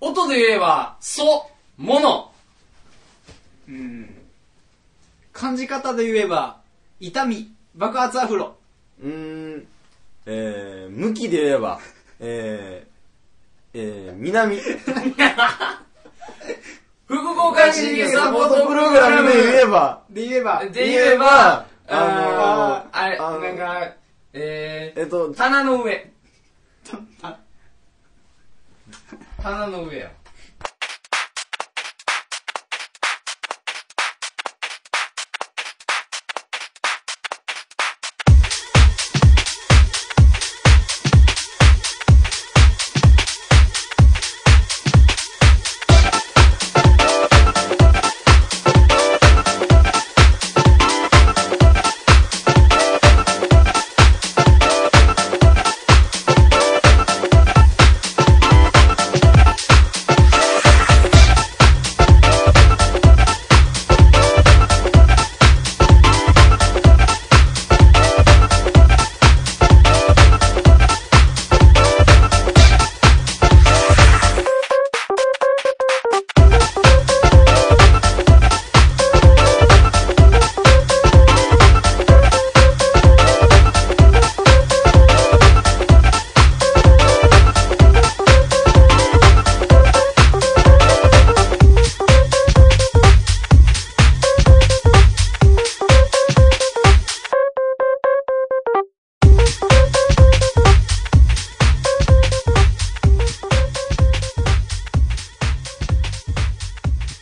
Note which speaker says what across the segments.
Speaker 1: 音で言えば、そ、もの。
Speaker 2: うん。
Speaker 3: 感じ方で言えば、痛み、爆発アフロ。
Speaker 4: うーん、えー、向きで言えば、えー、えー、南。
Speaker 1: 副交換人サポートプログラム。
Speaker 4: で言えば、
Speaker 3: で言えば、
Speaker 1: で言えば、
Speaker 4: 言えば
Speaker 1: あーあれ、
Speaker 4: あの
Speaker 1: なんか、え
Speaker 4: えっと
Speaker 1: ー、、棚の上。棚の上や。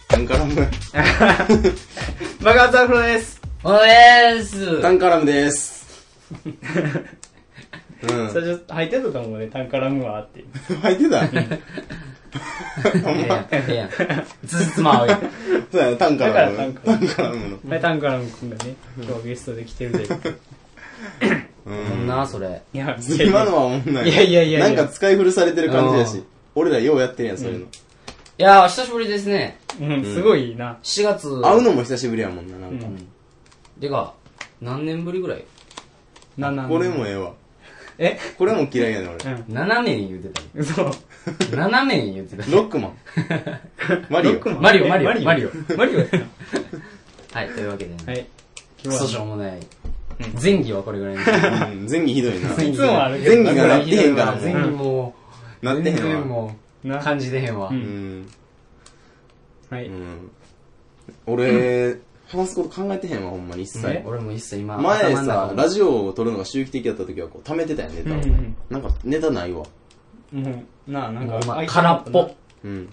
Speaker 4: タンカラム。
Speaker 2: 爆発アフロです。
Speaker 5: おえーす。
Speaker 4: タンカラムです。 うん。
Speaker 5: 最初入ってたと思うね、タンカラムはって。
Speaker 4: 入ってたほんま。
Speaker 5: え えやん。つつま合うやん。
Speaker 4: そうやな、タンカラム。
Speaker 5: だか
Speaker 4: タ
Speaker 5: らタンカラ
Speaker 4: ンカラムの。
Speaker 5: はい、タンカラム君がね、今日ゲストで来てるで。
Speaker 4: うん。
Speaker 5: んな、それ。いや、
Speaker 4: 今のはおもんない。
Speaker 5: いやいやいやいや
Speaker 4: なんか使い古されてる感じや
Speaker 5: う
Speaker 4: し
Speaker 5: ん。
Speaker 4: 俺らようやってるやん、そういうの。
Speaker 5: いやー、久しぶりですね。
Speaker 4: ん
Speaker 5: うん、すごいいいな。
Speaker 1: 4月。
Speaker 4: 会うのも久しぶりやもんな、なんか。
Speaker 1: てか、何年ぶりぐらい
Speaker 5: なんなん
Speaker 4: これ。もええわ。
Speaker 5: え
Speaker 4: これも嫌いやね、俺。
Speaker 1: ?7 年言うて た
Speaker 5: 嘘。
Speaker 1: よ。7年言うてたよ。
Speaker 4: ロックマ ン。マリ
Speaker 5: ロック
Speaker 4: オ。
Speaker 5: マン
Speaker 1: マリオ
Speaker 5: え
Speaker 1: マリオ
Speaker 5: マリオ。マリオやった
Speaker 1: はい、というわけでね。
Speaker 5: はい。
Speaker 1: クソしょうもない。前儀はこれぐらいに。
Speaker 4: うん前儀ひどいな。
Speaker 5: いつもあるけ
Speaker 4: 前儀
Speaker 5: ど。
Speaker 4: がなってへんから、
Speaker 1: 前
Speaker 4: も
Speaker 1: 儀も
Speaker 4: う。な
Speaker 1: う、
Speaker 4: ってへ
Speaker 1: 全
Speaker 4: ん
Speaker 1: 然
Speaker 4: わ。
Speaker 1: もう、
Speaker 5: な
Speaker 1: 感じてへんわ
Speaker 5: う。
Speaker 4: うんん。
Speaker 5: は
Speaker 4: う
Speaker 5: い。
Speaker 4: ん。俺、話すこと考えてへんわ、ほんまに、一切。
Speaker 1: 俺も一切今、
Speaker 4: 前
Speaker 1: 頭の中
Speaker 4: さ
Speaker 1: も、
Speaker 4: ラジオを撮るのが周期的だった時は、こう、溜めてたやん、ネタを
Speaker 5: うんうん。
Speaker 4: なんか、ネタないわ。
Speaker 5: もう、なあ、なん
Speaker 1: もう
Speaker 5: か
Speaker 1: お
Speaker 5: 開いて
Speaker 1: 前、
Speaker 5: な
Speaker 1: 空
Speaker 5: か
Speaker 1: った
Speaker 5: な
Speaker 1: ぽ。。
Speaker 4: うん。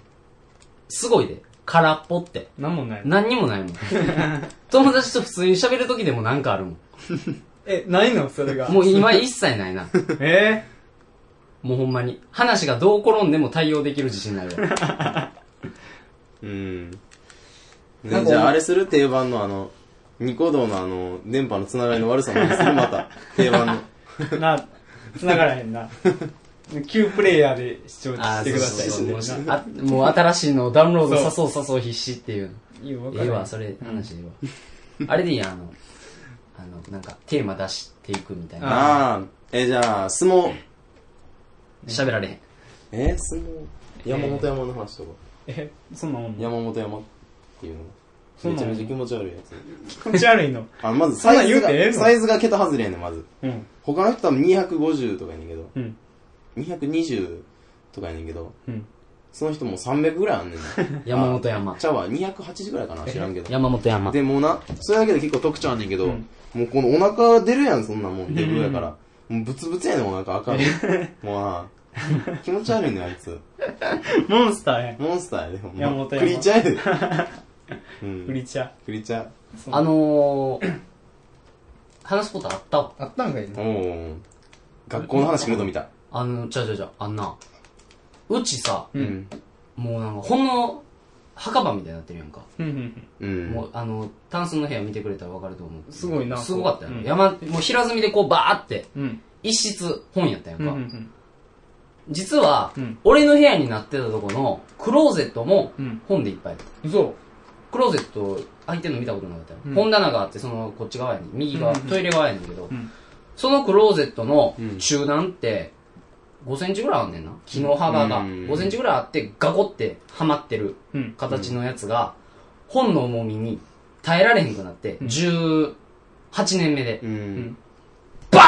Speaker 1: すごいで。空っぽって。
Speaker 5: なんもない。
Speaker 1: 何にもないもん。友達と普通に喋る時でもなんかあるもん。
Speaker 5: え、ないのそれが。
Speaker 1: もう今一切ないな。
Speaker 5: え
Speaker 1: もうほんまに。話がどう転んでも対応できる自信ないわ。
Speaker 4: うん。ね、じゃあ、あれする定番のあの、ニコ動のあの、電波のつながりの悪さの話するま た。定番の。
Speaker 5: ーなあ、繋がらへんな。旧プレイヤーで視聴
Speaker 1: あ
Speaker 5: し
Speaker 1: あ、
Speaker 5: て
Speaker 1: そう
Speaker 5: くださ
Speaker 1: そうそう
Speaker 5: い。
Speaker 1: もうしあ。もう新しいのをダウンロードさそうさそう必死っていう。
Speaker 5: いいよ、わか
Speaker 1: ええ
Speaker 5: る
Speaker 1: わ、。それ、話ええわ。あれでいいやん、あの、あの、なんか、テーマ出していくみたいな。
Speaker 4: ああ、え、じゃあ、相撲。
Speaker 1: 喋られへん。
Speaker 4: え、相撲。山本山の話とか。
Speaker 5: え、そんなもん
Speaker 4: 山本山っていうの。
Speaker 5: う
Speaker 4: め
Speaker 5: な
Speaker 4: ち
Speaker 5: の
Speaker 4: ゃめちゃ気持ち悪いやつ。
Speaker 5: 気持ち悪いの。
Speaker 4: あ、まずサイズ
Speaker 5: そんなん言うてええ
Speaker 4: が、
Speaker 5: の
Speaker 4: サイズが桁外れやねん、まず。
Speaker 5: うん。
Speaker 4: 他の人多分250とかやねんけど。
Speaker 5: うん。
Speaker 4: 220とかやねんけど。
Speaker 5: うん。
Speaker 4: その人もう300ぐらいあんねん な。
Speaker 1: 山本山
Speaker 4: あ。ちゃうわ、280ぐらいかな、知らんけど。
Speaker 1: 山本山。
Speaker 4: でもうな、それだけで結構特徴あんねんけど、
Speaker 5: うん
Speaker 4: もうこのお腹出るやん、そんなもん、デブやから。もうブツブツやねん、お腹赤い。 もうな、気持ち悪いねん、あいつ。
Speaker 5: モンスターやん。
Speaker 4: モンスターやで、ほん
Speaker 5: 山
Speaker 4: ま。
Speaker 5: 本
Speaker 4: ク
Speaker 5: 山
Speaker 4: リチャーやで。う
Speaker 5: フ
Speaker 4: ん。
Speaker 5: リチャ。
Speaker 4: クリチャー。
Speaker 1: あのー、話すことあったわ。
Speaker 3: あったんかい
Speaker 4: おー。学校の話来ると見た。
Speaker 1: あの、ちゃうちゃうちゃう、あんな、うちさ、
Speaker 4: うん。
Speaker 1: もうなんか、ほんの、墓場みたいになってるやんか。
Speaker 5: うんうん
Speaker 4: うん。
Speaker 1: もう、あの、タンスの部屋見てくれたらわかると思う。
Speaker 5: すごいな
Speaker 1: すごかったよ、
Speaker 5: うん
Speaker 1: 山、もう平積みでこう、バーって、
Speaker 5: うん。うん。
Speaker 1: 一室、本やったやん
Speaker 5: う
Speaker 1: か。
Speaker 5: んうん
Speaker 1: 実は、
Speaker 5: うん
Speaker 1: 俺の部屋になってたとこの、クローゼットも
Speaker 5: うん、
Speaker 1: 本でいっぱいある。
Speaker 5: うん。嘘。
Speaker 1: クローゼット開いてるの見たことなかったよ、
Speaker 5: うん
Speaker 1: 本棚があって、そのこっち側やねん右側、
Speaker 5: うんうんうん
Speaker 1: トイレ側やねんけど、
Speaker 5: ん
Speaker 1: そのクローゼットの
Speaker 4: うん
Speaker 1: 中段って、 5センチぐらいあんねんな。木の幅が。
Speaker 4: うん
Speaker 1: 5センチぐらいあって、ガコってはまってる
Speaker 5: うん
Speaker 1: 形のやつが、本の重みに耐えられへんくなって、
Speaker 5: ん
Speaker 1: 18年目で
Speaker 4: う、ん。
Speaker 1: バ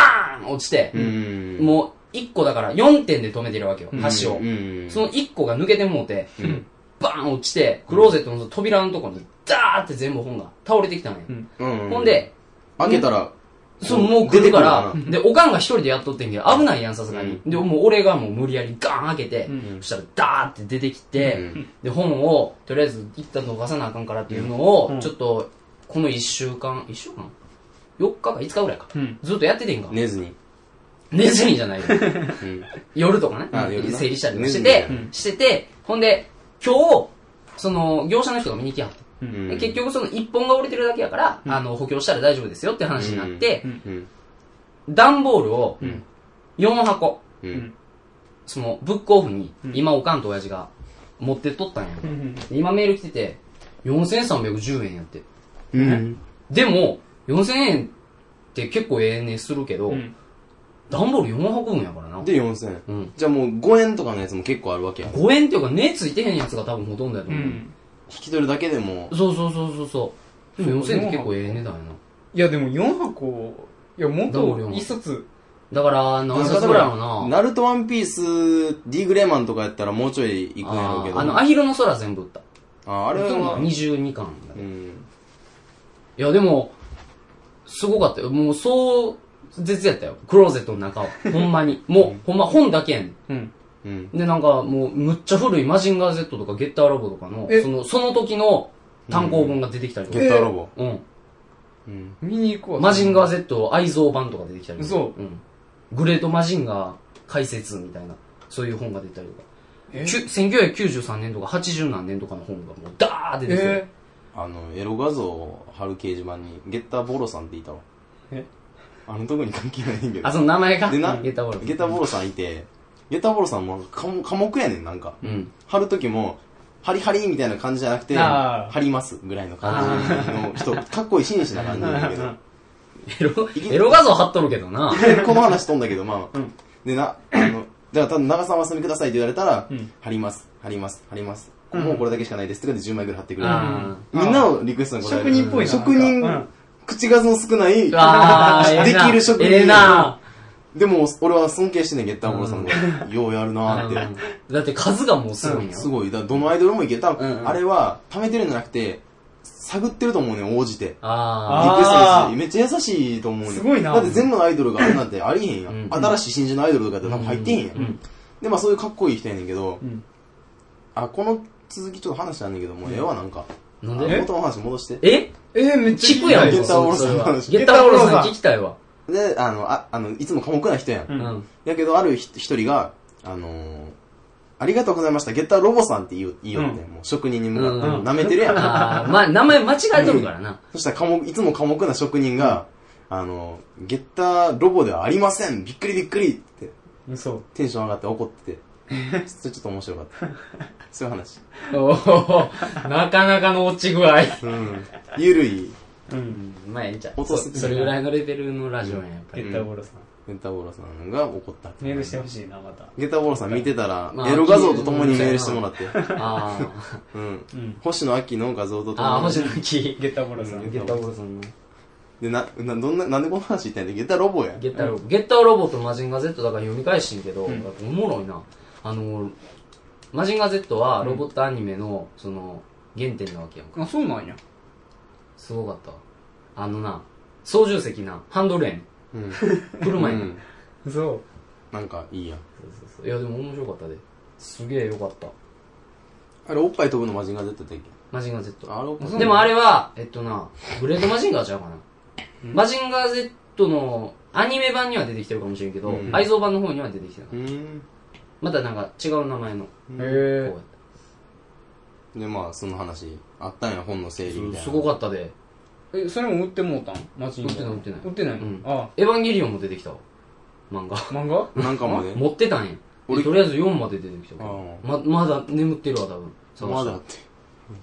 Speaker 1: ーン落ちて
Speaker 4: う、ん。
Speaker 1: もう1個だから4点で止めてるわけよ、
Speaker 5: うん
Speaker 1: 端を
Speaker 4: う。ん。
Speaker 1: その1個が抜けてもうて、
Speaker 4: うん
Speaker 1: バーン落ちて、クローゼットの扉のとこに、ダーって全部本が倒れてきたんや。
Speaker 5: うん
Speaker 4: うん、
Speaker 1: ほん、で、
Speaker 4: 開けたら、
Speaker 1: そう、もう来るから
Speaker 4: 出て、
Speaker 1: で、おかんが一人でやっとってんけど、危ないやん、さすがに。
Speaker 4: う
Speaker 1: で、もう俺がもう無理やりガーン開けて、
Speaker 5: ん
Speaker 1: そしたらダーって出てきて、
Speaker 4: うん
Speaker 1: で、本を、とりあえず一旦逃さなあかんからっていうのを、
Speaker 5: うん
Speaker 1: ちょっと、この一週間、一週間 ?4 日か5日ぐらいか。
Speaker 5: うん
Speaker 1: ずっとやっててんか。
Speaker 4: 寝ずに。
Speaker 1: 寝ずにじゃないよ。
Speaker 4: うん。
Speaker 1: 夜とかね
Speaker 4: あ夜、な
Speaker 1: 整理したりもしてて
Speaker 4: 寝ずに、
Speaker 1: してて、ほんで、今日、その、業者の人が見に来はって。
Speaker 4: うん
Speaker 1: で結、局その一本が折れてるだけやから、あの、補強したら大丈夫ですよって話になって、
Speaker 4: うん。
Speaker 1: 段ボールを
Speaker 5: うん
Speaker 1: 4箱、
Speaker 4: うん。
Speaker 1: そのブックオフに
Speaker 5: ん
Speaker 1: 今おかんと親父が持ってっとったんや。
Speaker 5: うん
Speaker 1: 今メール来てて、4310円やって。
Speaker 4: うん。
Speaker 1: でも、4000円って結構ええ値するけど、
Speaker 5: うん
Speaker 1: 段ボール4箱分やからな。
Speaker 4: で、4000円。
Speaker 1: うん。
Speaker 4: じゃあもう5円とかのやつも結構あるわけや。引
Speaker 1: 5円っていうか値ついてへんやつが多分ほとんどやと
Speaker 5: う
Speaker 1: 思う。
Speaker 5: ん
Speaker 4: き取るだけでも、
Speaker 1: そうそうそうそうそう。でも4000円って結構ええ値段やな。
Speaker 5: いやでも4箱いやもっ
Speaker 1: どうよ
Speaker 5: と1冊
Speaker 1: だから、何冊ぐらいやろうな。
Speaker 4: ナルトワンピース、ディグレマンとかやったらもうちょいいくんやろう
Speaker 1: あ
Speaker 4: け
Speaker 1: ー
Speaker 4: ど。
Speaker 1: あの、アヒルの空全部売った。
Speaker 4: あ、あれは、
Speaker 1: 22巻。
Speaker 4: うん。
Speaker 1: いや、でも、すごかったよ。もう、そう、絶やったよ。クローゼットの中は。ほんま に。もう、ほんま本だけやねん。
Speaker 5: うん
Speaker 4: うん。
Speaker 1: で、なんか、もう、むっちゃ古いマジンガー Z とかゲッターラボとかの、
Speaker 5: え
Speaker 1: その、その時の単行本が出てきたりと
Speaker 4: ゲ
Speaker 1: か。
Speaker 4: ッターロ
Speaker 1: う
Speaker 4: ボ。
Speaker 1: ん。
Speaker 4: うん。
Speaker 5: 見に行こう
Speaker 1: マジンガー Z 愛蔵版とか出てきたりとか。
Speaker 5: 嘘
Speaker 1: うん。グレートマジンガー解説みたいな、そういう本が出たりとか。
Speaker 5: え
Speaker 1: きゅ1993年とか80何年とかの本がもう、ダーって出てきて。
Speaker 5: え
Speaker 4: あの、エロ画像を貼る掲示板に、ゲッターボロさんっていたわ。
Speaker 5: え
Speaker 4: あのとこに関係ないんやけど
Speaker 1: あ、。その名前が
Speaker 4: でな、
Speaker 1: ゲッターボール。
Speaker 4: ゲタボロさんいて、ゲタボロさんも科目科目やねん、なんか。
Speaker 1: うん。
Speaker 4: 貼るときも、ハリハリみたいな感じじゃなくて、
Speaker 5: あ
Speaker 4: 貼
Speaker 5: ー
Speaker 4: りますぐらいの感じの 人、かっこいい紳士な感じなんだけど。
Speaker 1: エロ、エロ画像貼っとるけど な。
Speaker 4: この話飛んだけど、まあ。
Speaker 5: うん
Speaker 4: でな、あの、じゃあ、ただ長さんは住みくださいって言われたら、
Speaker 5: うん
Speaker 4: 貼ります、貼ります、貼ります。もうこれだけしかないですとかで10枚ぐらい貼ってくれる。
Speaker 1: あー
Speaker 4: みんなのリクエストに応える。
Speaker 5: 職人っぽいな
Speaker 4: 職人、
Speaker 5: なんか
Speaker 4: 口数の少ない、
Speaker 1: あー
Speaker 4: できる職人
Speaker 1: ええな
Speaker 4: でも俺は尊敬してんねん、ゲッターボロさんが。ようやるなーって。
Speaker 1: だって数がもうすごいんや。
Speaker 4: すごい。だからどのアイドルもいけた、
Speaker 1: んうん
Speaker 4: あれは、貯めてるんじゃなくて、探ってると思うねん、応じて。
Speaker 1: あ
Speaker 5: あ
Speaker 4: リクエストだ
Speaker 5: あ
Speaker 4: し
Speaker 5: ー
Speaker 4: めっちゃ優しいと思うねん。
Speaker 5: すごいな
Speaker 4: だって全部のアイドルがあるなんてありへんやん。
Speaker 1: うん
Speaker 4: 新しい新人のアイドルとかって
Speaker 1: あ。
Speaker 4: 多分入ってへんやん。
Speaker 1: うん。
Speaker 4: で、まあそういうかっこいい人やねんけど、
Speaker 5: うん
Speaker 4: あ、この続きちょっと話なんだけど、もうええわ、なんか。
Speaker 1: なん
Speaker 4: あ
Speaker 1: で
Speaker 4: 元の話戻して。
Speaker 1: え
Speaker 5: えめっちゃ
Speaker 1: 聞くやん、
Speaker 4: ゲッターオール
Speaker 1: そ
Speaker 4: さん
Speaker 1: れ
Speaker 4: の
Speaker 1: は。
Speaker 4: 話
Speaker 1: ゲッターオールさん聞きたいわ。
Speaker 4: で、あの、ああのいつも寡黙な人や
Speaker 5: う
Speaker 4: ん。
Speaker 1: うんん。
Speaker 4: やけど、あるひ一人が、あのー、ありがとうございました、ゲッターロボさんって言う、言いよって、
Speaker 5: う
Speaker 4: もう職人に向かって、
Speaker 1: うん
Speaker 4: 舐めてるやん。
Speaker 1: あーま、名前間違えとるからな。
Speaker 4: そしたら寡黙、いつも寡黙な職人が、あの、ゲッターロボではありませんびっくりびっくりって、
Speaker 5: 嘘
Speaker 4: テンション上がって 怒ってて。それちょっと面白かった。そういう話。
Speaker 1: おーなかなかの落ち具合。
Speaker 4: うん。ゆるい、
Speaker 5: うん
Speaker 1: まあ、ええんちゃう。
Speaker 4: 音
Speaker 1: そ
Speaker 4: する
Speaker 1: それぐらいのレベルのラジオやん、やっぱ
Speaker 5: ゲ
Speaker 1: り。
Speaker 5: ッターボロさん
Speaker 4: ゲッターボロさんが怒った。
Speaker 5: メールしてほしいなまた
Speaker 4: ゲッターボロさん見てたら、
Speaker 1: まあ
Speaker 4: エロ画像と共にメールしてもらって。
Speaker 1: あー
Speaker 4: うん。
Speaker 5: うん
Speaker 4: 星野秋の画像と
Speaker 1: あー、
Speaker 4: 共に
Speaker 1: 星。野木。
Speaker 5: ゲッターボロさ
Speaker 4: うんゲッターボ
Speaker 1: ロさんの。
Speaker 4: で、な、な、どんな、なんでこの話言ったんやゲッターロボやん。
Speaker 1: ゲッターロボ、ゲッターロボとマジンガー Z だから読み返してんけど、
Speaker 5: うん
Speaker 1: やっぱおもろいな。あの、マジンガー Z はロボットアニメの、その、原点なわけやんか。
Speaker 3: あ、そうなんや。
Speaker 1: すごかったわ。あのな、操縦席な、ハンドルやねん。
Speaker 4: うん。
Speaker 1: 車やねん。
Speaker 4: うん
Speaker 5: 嘘
Speaker 4: なんか、いいやん。
Speaker 1: そうそうそういや、でも面白かったで。すげえよかった。
Speaker 4: あれ、おっぱい飛ぶのマジンガー Z だっ
Speaker 1: マジンガー
Speaker 4: け
Speaker 1: Z。
Speaker 4: あれ、おっぱい飛ぶ
Speaker 1: でもあれは、えっとな、グレートマジンガーちゃうかな。マジンガー Z のアニメ版には出てきてるかもしれんけど、
Speaker 4: うん
Speaker 1: 愛蔵版の方には出てきてない。
Speaker 4: うん。
Speaker 1: またなんか違う名前の
Speaker 5: へ
Speaker 1: 方や
Speaker 5: え
Speaker 1: った。
Speaker 4: で、まあ、その話、あったんや、本の整理みたいな。
Speaker 1: すごかったで。
Speaker 3: え、それも売ってもうたんマジ
Speaker 1: 売ってない売ってない
Speaker 3: 売ってない
Speaker 1: うん
Speaker 3: あ
Speaker 1: エヴァンゲリオンも出てきたわ。漫画。
Speaker 5: 漫画
Speaker 4: なんか もね、
Speaker 1: 持ってたんや。
Speaker 4: 俺
Speaker 1: とりあえず4まで出てきたけ
Speaker 4: あ
Speaker 1: ど。ま、まだ眠ってるわ、多分。探
Speaker 4: ま
Speaker 1: した
Speaker 4: だ
Speaker 1: ら
Speaker 4: って。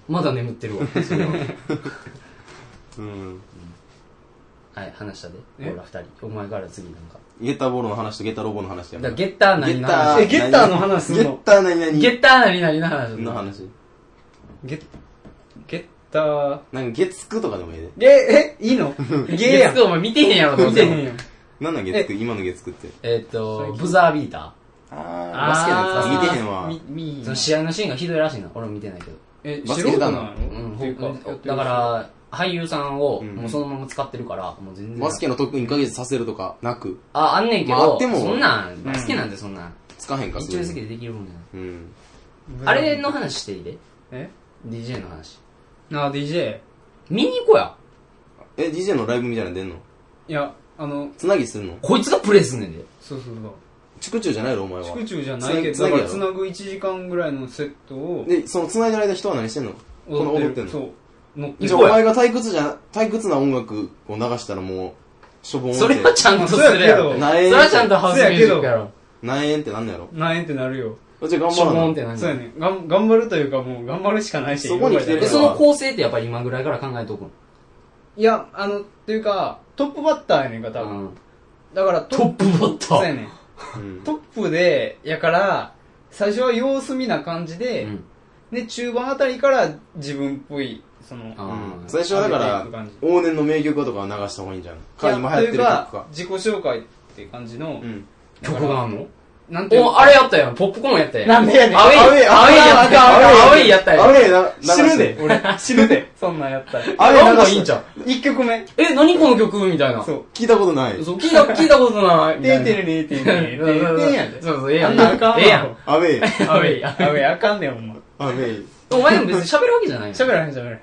Speaker 1: まだ眠ってるわ。それは
Speaker 4: うん。
Speaker 1: はい、話したで。
Speaker 3: え
Speaker 1: ほら、二人。お前から次なんか。
Speaker 4: ゲッターボールの話とゲッターロボの話や
Speaker 1: だか
Speaker 4: も
Speaker 1: ら
Speaker 4: ん。
Speaker 1: ゲッター何の
Speaker 5: え、
Speaker 1: 話
Speaker 5: ゲッターの話す
Speaker 4: ゲ
Speaker 5: ん
Speaker 4: ッ
Speaker 5: の
Speaker 4: ター何々
Speaker 1: ゲッター何々の話
Speaker 4: の話。
Speaker 5: ゲッ、ゲッター。
Speaker 4: なんか月9とかでもいいで。
Speaker 5: ゲ、え、いい のゲーや
Speaker 1: 月9お前見てへんやろ、どう
Speaker 5: ん。見
Speaker 1: せ
Speaker 5: てへんよ。
Speaker 4: なんなん月9今の月9って。
Speaker 1: えーっと、ブザービータ
Speaker 4: あバスケのやつ見てへんわ。
Speaker 5: み、
Speaker 1: ー。
Speaker 5: み
Speaker 1: その試合のシーンがひどいらしいな。俺も見てないけど。
Speaker 3: え、
Speaker 4: バ
Speaker 3: 素
Speaker 4: スケ
Speaker 3: 人
Speaker 4: 下
Speaker 3: な
Speaker 4: 手な
Speaker 3: の
Speaker 4: の
Speaker 1: うん、
Speaker 3: っていうかやってる人
Speaker 1: だから、俳優さんを
Speaker 4: うん
Speaker 1: もうそのまま使ってるから、もう全然。
Speaker 4: バスケの特訓1ヶ月させるとか、なく。
Speaker 1: あ、あんねんけど、
Speaker 4: まああっても
Speaker 1: そんなん、バスケなんでそんなん。
Speaker 4: つかへんか、
Speaker 1: 一応好き
Speaker 4: う
Speaker 1: でできるもんじゃない。
Speaker 4: うん。
Speaker 1: あれの話していいで
Speaker 5: え
Speaker 1: ?DJ の話。
Speaker 3: なあ、DJ。
Speaker 1: 見に行こうや。
Speaker 4: え、DJ のライブみたいなの出んの
Speaker 3: いや、あの、
Speaker 4: つなぎするの
Speaker 1: こいつがプレイすんねんで。
Speaker 3: そうそうそう。
Speaker 4: チクチューじゃないのお前は。
Speaker 3: 宿中じゃないけ
Speaker 4: つ
Speaker 3: ど、
Speaker 4: なぎや
Speaker 3: だから
Speaker 4: ろ
Speaker 3: つなぐ1時間ぐらいのセットを
Speaker 4: で、その繋いでる間人は何してんのこの踊ってんの
Speaker 3: そう。乗っ
Speaker 4: じゃあお前が退屈じゃ、退屈な音楽を流したらもう、しょぼん
Speaker 1: それはちゃんとするやろ。
Speaker 3: そう
Speaker 1: そ
Speaker 3: ゃ
Speaker 1: れ
Speaker 4: なえ
Speaker 3: け
Speaker 4: ん
Speaker 1: はちゃんとハウスミュージックやろ。
Speaker 4: なえんってなんのやろ
Speaker 3: なんやってなるよ。
Speaker 4: じゃあ頑
Speaker 1: ショ
Speaker 4: 張
Speaker 1: ボ
Speaker 4: ら
Speaker 1: ンっ
Speaker 4: な。
Speaker 1: て何
Speaker 3: そうやねん。がん頑張るというかもう頑張るしかないし。
Speaker 4: そこに来てる
Speaker 1: で、その構成ってやっぱり今ぐらいから考えとくん。
Speaker 3: いや、あの、っていうか、トップバッターやねんか、多分。
Speaker 1: うん
Speaker 3: だから
Speaker 1: トップバッタ
Speaker 3: そうや
Speaker 1: ー。
Speaker 3: ねん。
Speaker 4: うん
Speaker 3: トップで、やから、最初は様子見な感じで、
Speaker 1: うん
Speaker 3: で、中盤あたりから自分っぽい、その、
Speaker 1: あ
Speaker 4: うん最初はだから
Speaker 3: 上げていく感じ、
Speaker 4: 往年の名曲とかを流した方がいいんじゃん。
Speaker 3: い
Speaker 4: か、
Speaker 3: や
Speaker 4: 今流行ってる曲か。
Speaker 3: というか自己紹介っていう感じの、
Speaker 4: うん。
Speaker 1: 曲があんの
Speaker 3: なんていう
Speaker 1: お、
Speaker 3: か
Speaker 1: あれやったやん。ポップコーンやったやん。
Speaker 5: なんでやねん
Speaker 1: アウェイ、アウェイやったやん。アウェイやったやん。
Speaker 4: あれな、
Speaker 5: 死ぬで、
Speaker 4: 流して。
Speaker 5: 俺。死ぬで。
Speaker 3: そんなんやったら。
Speaker 4: あれ
Speaker 1: なん
Speaker 4: 流
Speaker 1: かいい
Speaker 4: し
Speaker 1: んちゃう
Speaker 3: 1曲目。
Speaker 1: え、何この曲みたいな。
Speaker 3: そう
Speaker 1: そ。
Speaker 4: 聞いたことない。
Speaker 1: う、聞いた、聞いたことない。みたい
Speaker 3: てん
Speaker 1: な
Speaker 3: てれれてんてれれてんてんやん。
Speaker 1: そうそう、ええやん。
Speaker 3: あんなあかんわ
Speaker 1: ええやん。
Speaker 4: アウェイ。
Speaker 1: アウェイ、アウェイ
Speaker 3: あ、やかんねん、お前。
Speaker 4: アウェイ。
Speaker 1: お前でも別 に喋るわけじゃないの
Speaker 3: 喋らへん喋らへん。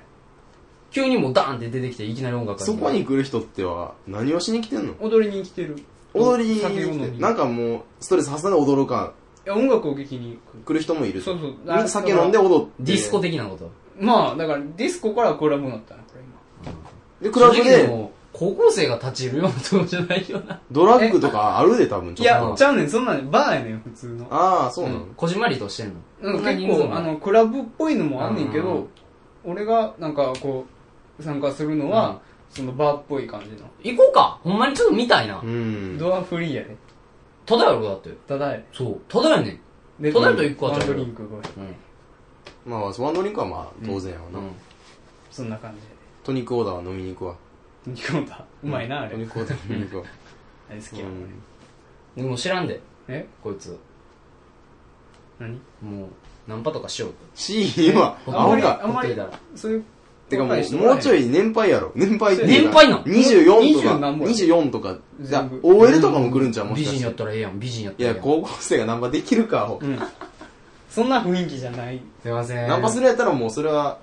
Speaker 1: 急にもうダーンって出てきて、いきなり音楽が
Speaker 4: そこに来る人っては、何をしに来てんの
Speaker 3: 踊りに来てる。い
Speaker 4: 踊りに
Speaker 3: 酒飲み
Speaker 4: 来て、
Speaker 3: に
Speaker 4: なんかもう、ストレス発散で踊るか、
Speaker 3: や、音楽を聴きに行く。
Speaker 4: 来る人もいる。
Speaker 3: そうそう
Speaker 4: みんな酒飲んで踊って。
Speaker 1: ディスコ的なこと。
Speaker 3: まあ、だから、ディスコからコラボになったな、これ今。
Speaker 4: で、クラブ
Speaker 1: 正直
Speaker 4: で、
Speaker 1: もう高校生が立ち入るようなとこじゃないよな。
Speaker 4: ドラッグとかあるで、多分、ち
Speaker 3: い
Speaker 4: ょっと。
Speaker 3: や、ちゃうねん、そんなんねバーやねん、普通の。
Speaker 4: ああ、そうなの。
Speaker 1: こじまりとしてんの。
Speaker 3: なん
Speaker 1: そ
Speaker 3: か
Speaker 1: んな
Speaker 3: 結
Speaker 1: 人数
Speaker 3: 構、
Speaker 1: も
Speaker 3: あの、クラブっぽいのもあんねんけ
Speaker 1: うんう
Speaker 3: ど
Speaker 1: ん、
Speaker 3: 俺が、なんか、こう、参加するのは、そのバーっぽい感じの。
Speaker 1: 行こうかほんまにちょっと見たいな
Speaker 4: う。ん。
Speaker 3: ドアフリーやね。
Speaker 1: ただやろ、だって。
Speaker 3: ただや。
Speaker 1: そう。ただやねん。
Speaker 3: で
Speaker 1: 隣と一個あ
Speaker 3: ワ
Speaker 1: っ
Speaker 3: ン
Speaker 1: ちゃう
Speaker 3: ド
Speaker 1: よ
Speaker 3: リンク500。
Speaker 1: うん。
Speaker 4: まあ、ワンドリンクはまあ、当然やわな。
Speaker 3: そんな感じ
Speaker 4: トニックオーダーは飲みに行くわ。
Speaker 3: やで。煮込んだ。うまいな、あれ
Speaker 4: ト。ニックオーダー飲みに行くわ。
Speaker 3: あれ好きやもんね。
Speaker 1: うん。でも知らんで、
Speaker 3: え
Speaker 1: こいつ。
Speaker 3: 何
Speaker 1: もう、ナンパとかしようと。
Speaker 4: シーンは、
Speaker 1: ほ
Speaker 3: あん
Speaker 1: っとい
Speaker 4: 青
Speaker 3: まり、
Speaker 1: た
Speaker 4: か。
Speaker 3: あんまり
Speaker 1: ほっといたら、
Speaker 3: そういう、
Speaker 4: てかもう、もうち
Speaker 3: い
Speaker 4: ょい年配やろ。年配ってい
Speaker 1: 年
Speaker 4: うか。
Speaker 1: 配なん
Speaker 4: 24とか、
Speaker 3: 24
Speaker 4: 24とか。じゃ
Speaker 3: 全
Speaker 4: あ
Speaker 3: 部
Speaker 4: OL とかも来るんちゃうも
Speaker 1: 美
Speaker 4: しかし。
Speaker 1: 人やってたらええやん、美人やっ
Speaker 4: い
Speaker 1: たらええ
Speaker 4: や、
Speaker 1: やん。
Speaker 4: 高校生がナンパできるか、アホ
Speaker 3: うん。そんな雰囲気じゃない。
Speaker 1: すいません。
Speaker 4: ナンパするやったらもうそれは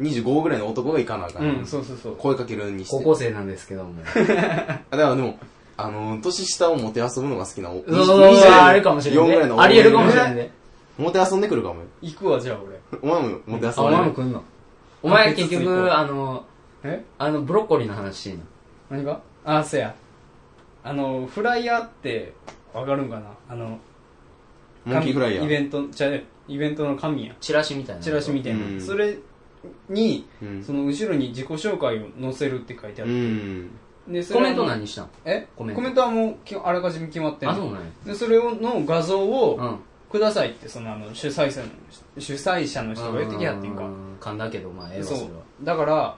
Speaker 4: 25ぐらいの男が行かなあかん。
Speaker 3: うん、そうそうそう。
Speaker 4: 声かけるにして。
Speaker 1: 高校生なんですけど も。
Speaker 4: あだからでも、あのー、年下をもて遊ぶのが好きなお。
Speaker 1: そうそうそう、あるかもしれん
Speaker 4: 4ぐらい
Speaker 1: ね。
Speaker 4: の
Speaker 1: ありえるかもしれんね。
Speaker 4: もて遊んでくるかもよ。
Speaker 3: 行くわ、じゃあ俺。
Speaker 4: お前ももて
Speaker 1: あ、お前も
Speaker 4: 遊んで
Speaker 1: 来んの。お前結
Speaker 3: 結局
Speaker 1: 局、あの、
Speaker 3: え
Speaker 1: あの、ブロッコリーの話しいな。
Speaker 3: 何があ、そや。あの、フライヤーって、わかるんかなあの、
Speaker 4: モンキーフライヤ
Speaker 3: 紙イ
Speaker 4: ー。
Speaker 3: ベント、ちゃうイベントの紙や。
Speaker 1: チラシみたいな。
Speaker 3: チラシみたいな。
Speaker 4: うん
Speaker 3: それに、
Speaker 4: うん
Speaker 3: その後ろに自己紹介を載せるって書いてあ
Speaker 4: う
Speaker 3: る。
Speaker 4: ん。
Speaker 3: で、そ
Speaker 1: コ
Speaker 3: れは
Speaker 1: メント何したん
Speaker 3: え
Speaker 1: コ
Speaker 3: コ
Speaker 1: メ
Speaker 3: メ
Speaker 1: ン
Speaker 3: ン
Speaker 1: ト
Speaker 3: トはもうき、あらかじめ決まってん
Speaker 1: あ、
Speaker 3: の
Speaker 1: そうなんや。
Speaker 3: で、それをの画像
Speaker 1: う
Speaker 3: を
Speaker 1: ん。
Speaker 3: くださいって、そのあの、主催者の、主催者の人が言ってきやっていうか。
Speaker 1: ん。噛んだけど、まあ、ええわ、そ
Speaker 3: そ
Speaker 1: れは
Speaker 3: う。だから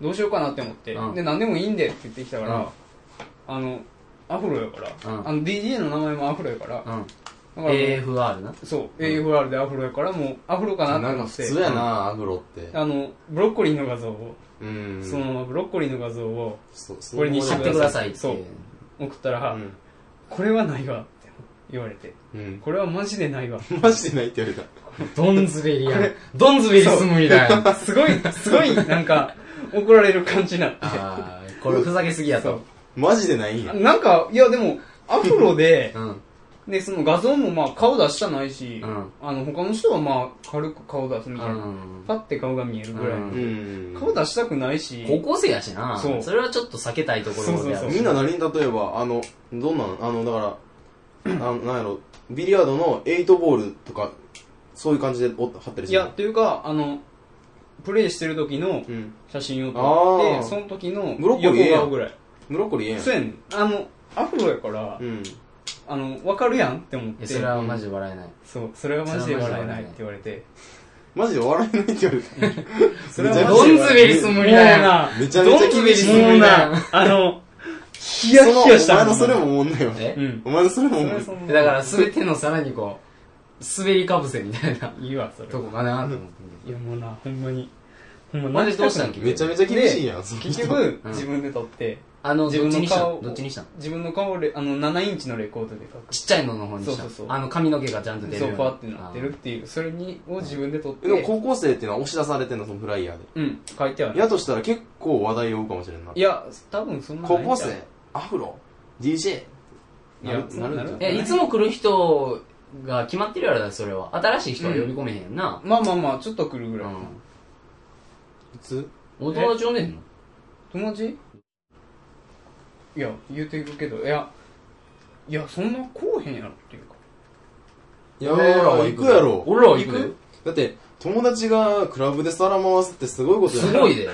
Speaker 3: どうしようかなって思って、
Speaker 1: うん
Speaker 3: で何でもいいんでって言ってきたから、
Speaker 1: うん
Speaker 3: あのアフロやから、
Speaker 1: うん
Speaker 3: あの DJ の名前もアフロやから、だか
Speaker 1: うん。
Speaker 3: らもう
Speaker 1: AFR な。
Speaker 3: そう、AFR でアフロやからもうアフロかなって
Speaker 4: なん
Speaker 3: 思
Speaker 4: か
Speaker 3: っ
Speaker 4: 普
Speaker 3: て
Speaker 4: 通やな、アフロって。
Speaker 3: あのブロッコリーの画像を、
Speaker 4: うん。
Speaker 3: そのままブロッコリーの画像を
Speaker 4: そ、そ
Speaker 3: これに
Speaker 1: 買ってくださいって。
Speaker 3: そう送ったら、
Speaker 4: うん
Speaker 3: これはないわって言われて
Speaker 4: うん。
Speaker 3: これはマジでないわ
Speaker 4: マジでないって言われた。
Speaker 1: ドンズベリやん。ドンズベリ住むみたいな。
Speaker 3: すごいすごいなんか怒られる感じになって
Speaker 1: あー、これふざけすぎやと。
Speaker 4: マジでないんや。
Speaker 3: なんかいやでもアフロ で
Speaker 1: うん。
Speaker 3: で、その画像もまあ顔出したないし、
Speaker 1: うん
Speaker 3: あの他の人はまあ軽く顔出すみたいな。
Speaker 1: うん
Speaker 3: パッて顔が見えるぐらいの。
Speaker 1: う
Speaker 4: うん。
Speaker 3: 顔出したくないし、
Speaker 1: 高校生やしな。
Speaker 3: そう
Speaker 1: それはちょっと避けたいところであ
Speaker 3: そうそう
Speaker 1: る
Speaker 3: そ
Speaker 4: みんな何に例えば、あの、どんなんあの、だから、あの、なんやろ、ビリヤードのエイトボールとか、そういう感じでお貼ったり
Speaker 3: い
Speaker 4: する
Speaker 3: や、、というか、あの、プレイしてる時の
Speaker 4: うん。
Speaker 3: 写真を撮って、
Speaker 4: あー
Speaker 3: その時の
Speaker 4: ブロッコリーええやん
Speaker 3: 横顔ぐらい。
Speaker 4: ブロッコリーええやん。
Speaker 3: そうやねん。あの、アフロやから、
Speaker 4: うん。
Speaker 3: あの、わかるやんって思っ
Speaker 1: いや
Speaker 3: て。
Speaker 1: それはマジで笑えない。
Speaker 3: そう、それがマジで笑えないって言われて。
Speaker 4: マジで笑えないって言 われた。
Speaker 3: それは
Speaker 4: めちゃ
Speaker 3: マ
Speaker 4: く
Speaker 1: ど
Speaker 4: ちゃ
Speaker 1: んずべりすむりだよ。
Speaker 4: めちゃめちゃ厳しい。
Speaker 1: どんずべり
Speaker 3: も
Speaker 1: す
Speaker 3: う
Speaker 1: むりだよ
Speaker 3: な、あの、ヒヤ
Speaker 4: その、お
Speaker 3: ヒヤした
Speaker 4: 前のそれも思んないわ。
Speaker 1: え
Speaker 3: うん。
Speaker 4: お前のそれも
Speaker 3: そ
Speaker 4: 思ん
Speaker 3: れ
Speaker 4: な
Speaker 3: はいその
Speaker 1: だから、すべてのさらにこう、滑りかぶせみたいな
Speaker 3: いいわ、それ
Speaker 1: と
Speaker 3: は。
Speaker 1: こかなと思って。
Speaker 3: いや、もうな、ほんまに。ほんま
Speaker 1: マジどうしたん
Speaker 4: めちゃめちゃ厳しいやん、その人
Speaker 3: 結局、
Speaker 1: うん
Speaker 3: 自分で撮って、
Speaker 1: あの、
Speaker 3: 自
Speaker 1: どっち
Speaker 3: 分の
Speaker 1: にした
Speaker 3: 顔
Speaker 1: の
Speaker 3: を
Speaker 1: どっちにしたの
Speaker 3: 自分の顔をレあの、7インチのレコードで書く。
Speaker 1: ちっちゃいのの方にした
Speaker 3: そうそうそう
Speaker 1: あの、髪の毛がちゃんと出る
Speaker 3: そ
Speaker 1: よ
Speaker 3: う、
Speaker 1: に
Speaker 3: パーってなってるっていう、それに、を自分で撮って
Speaker 4: え、でも、高校生っていうのは押し出されてんの、そのフライヤーで。
Speaker 3: うん、書いてある。
Speaker 4: やとしたら結構話題を追うかもしれんな。
Speaker 3: いや、多分そんなない
Speaker 4: 高
Speaker 3: んちゃう
Speaker 4: 校生、アフロ、DJ。
Speaker 3: いや
Speaker 4: なる、なるんじゃ
Speaker 3: な
Speaker 4: う
Speaker 3: る
Speaker 1: え、いつも来る人が決まってるやろだ、それは。新しい人は呼び込めへんな。
Speaker 3: まあまあまあ、ちょっと来るぐ
Speaker 1: う
Speaker 3: らい。
Speaker 1: ん。
Speaker 4: 普通
Speaker 1: お友達呼んでんの
Speaker 3: 友達いや、言うていくけど、いや、いや、そんな来おへんやろっていうか。
Speaker 4: いやー、行くやろ。
Speaker 1: 俺らは行くよ
Speaker 4: だって、友達がクラブで皿回すってすごいことやん
Speaker 1: すごいで。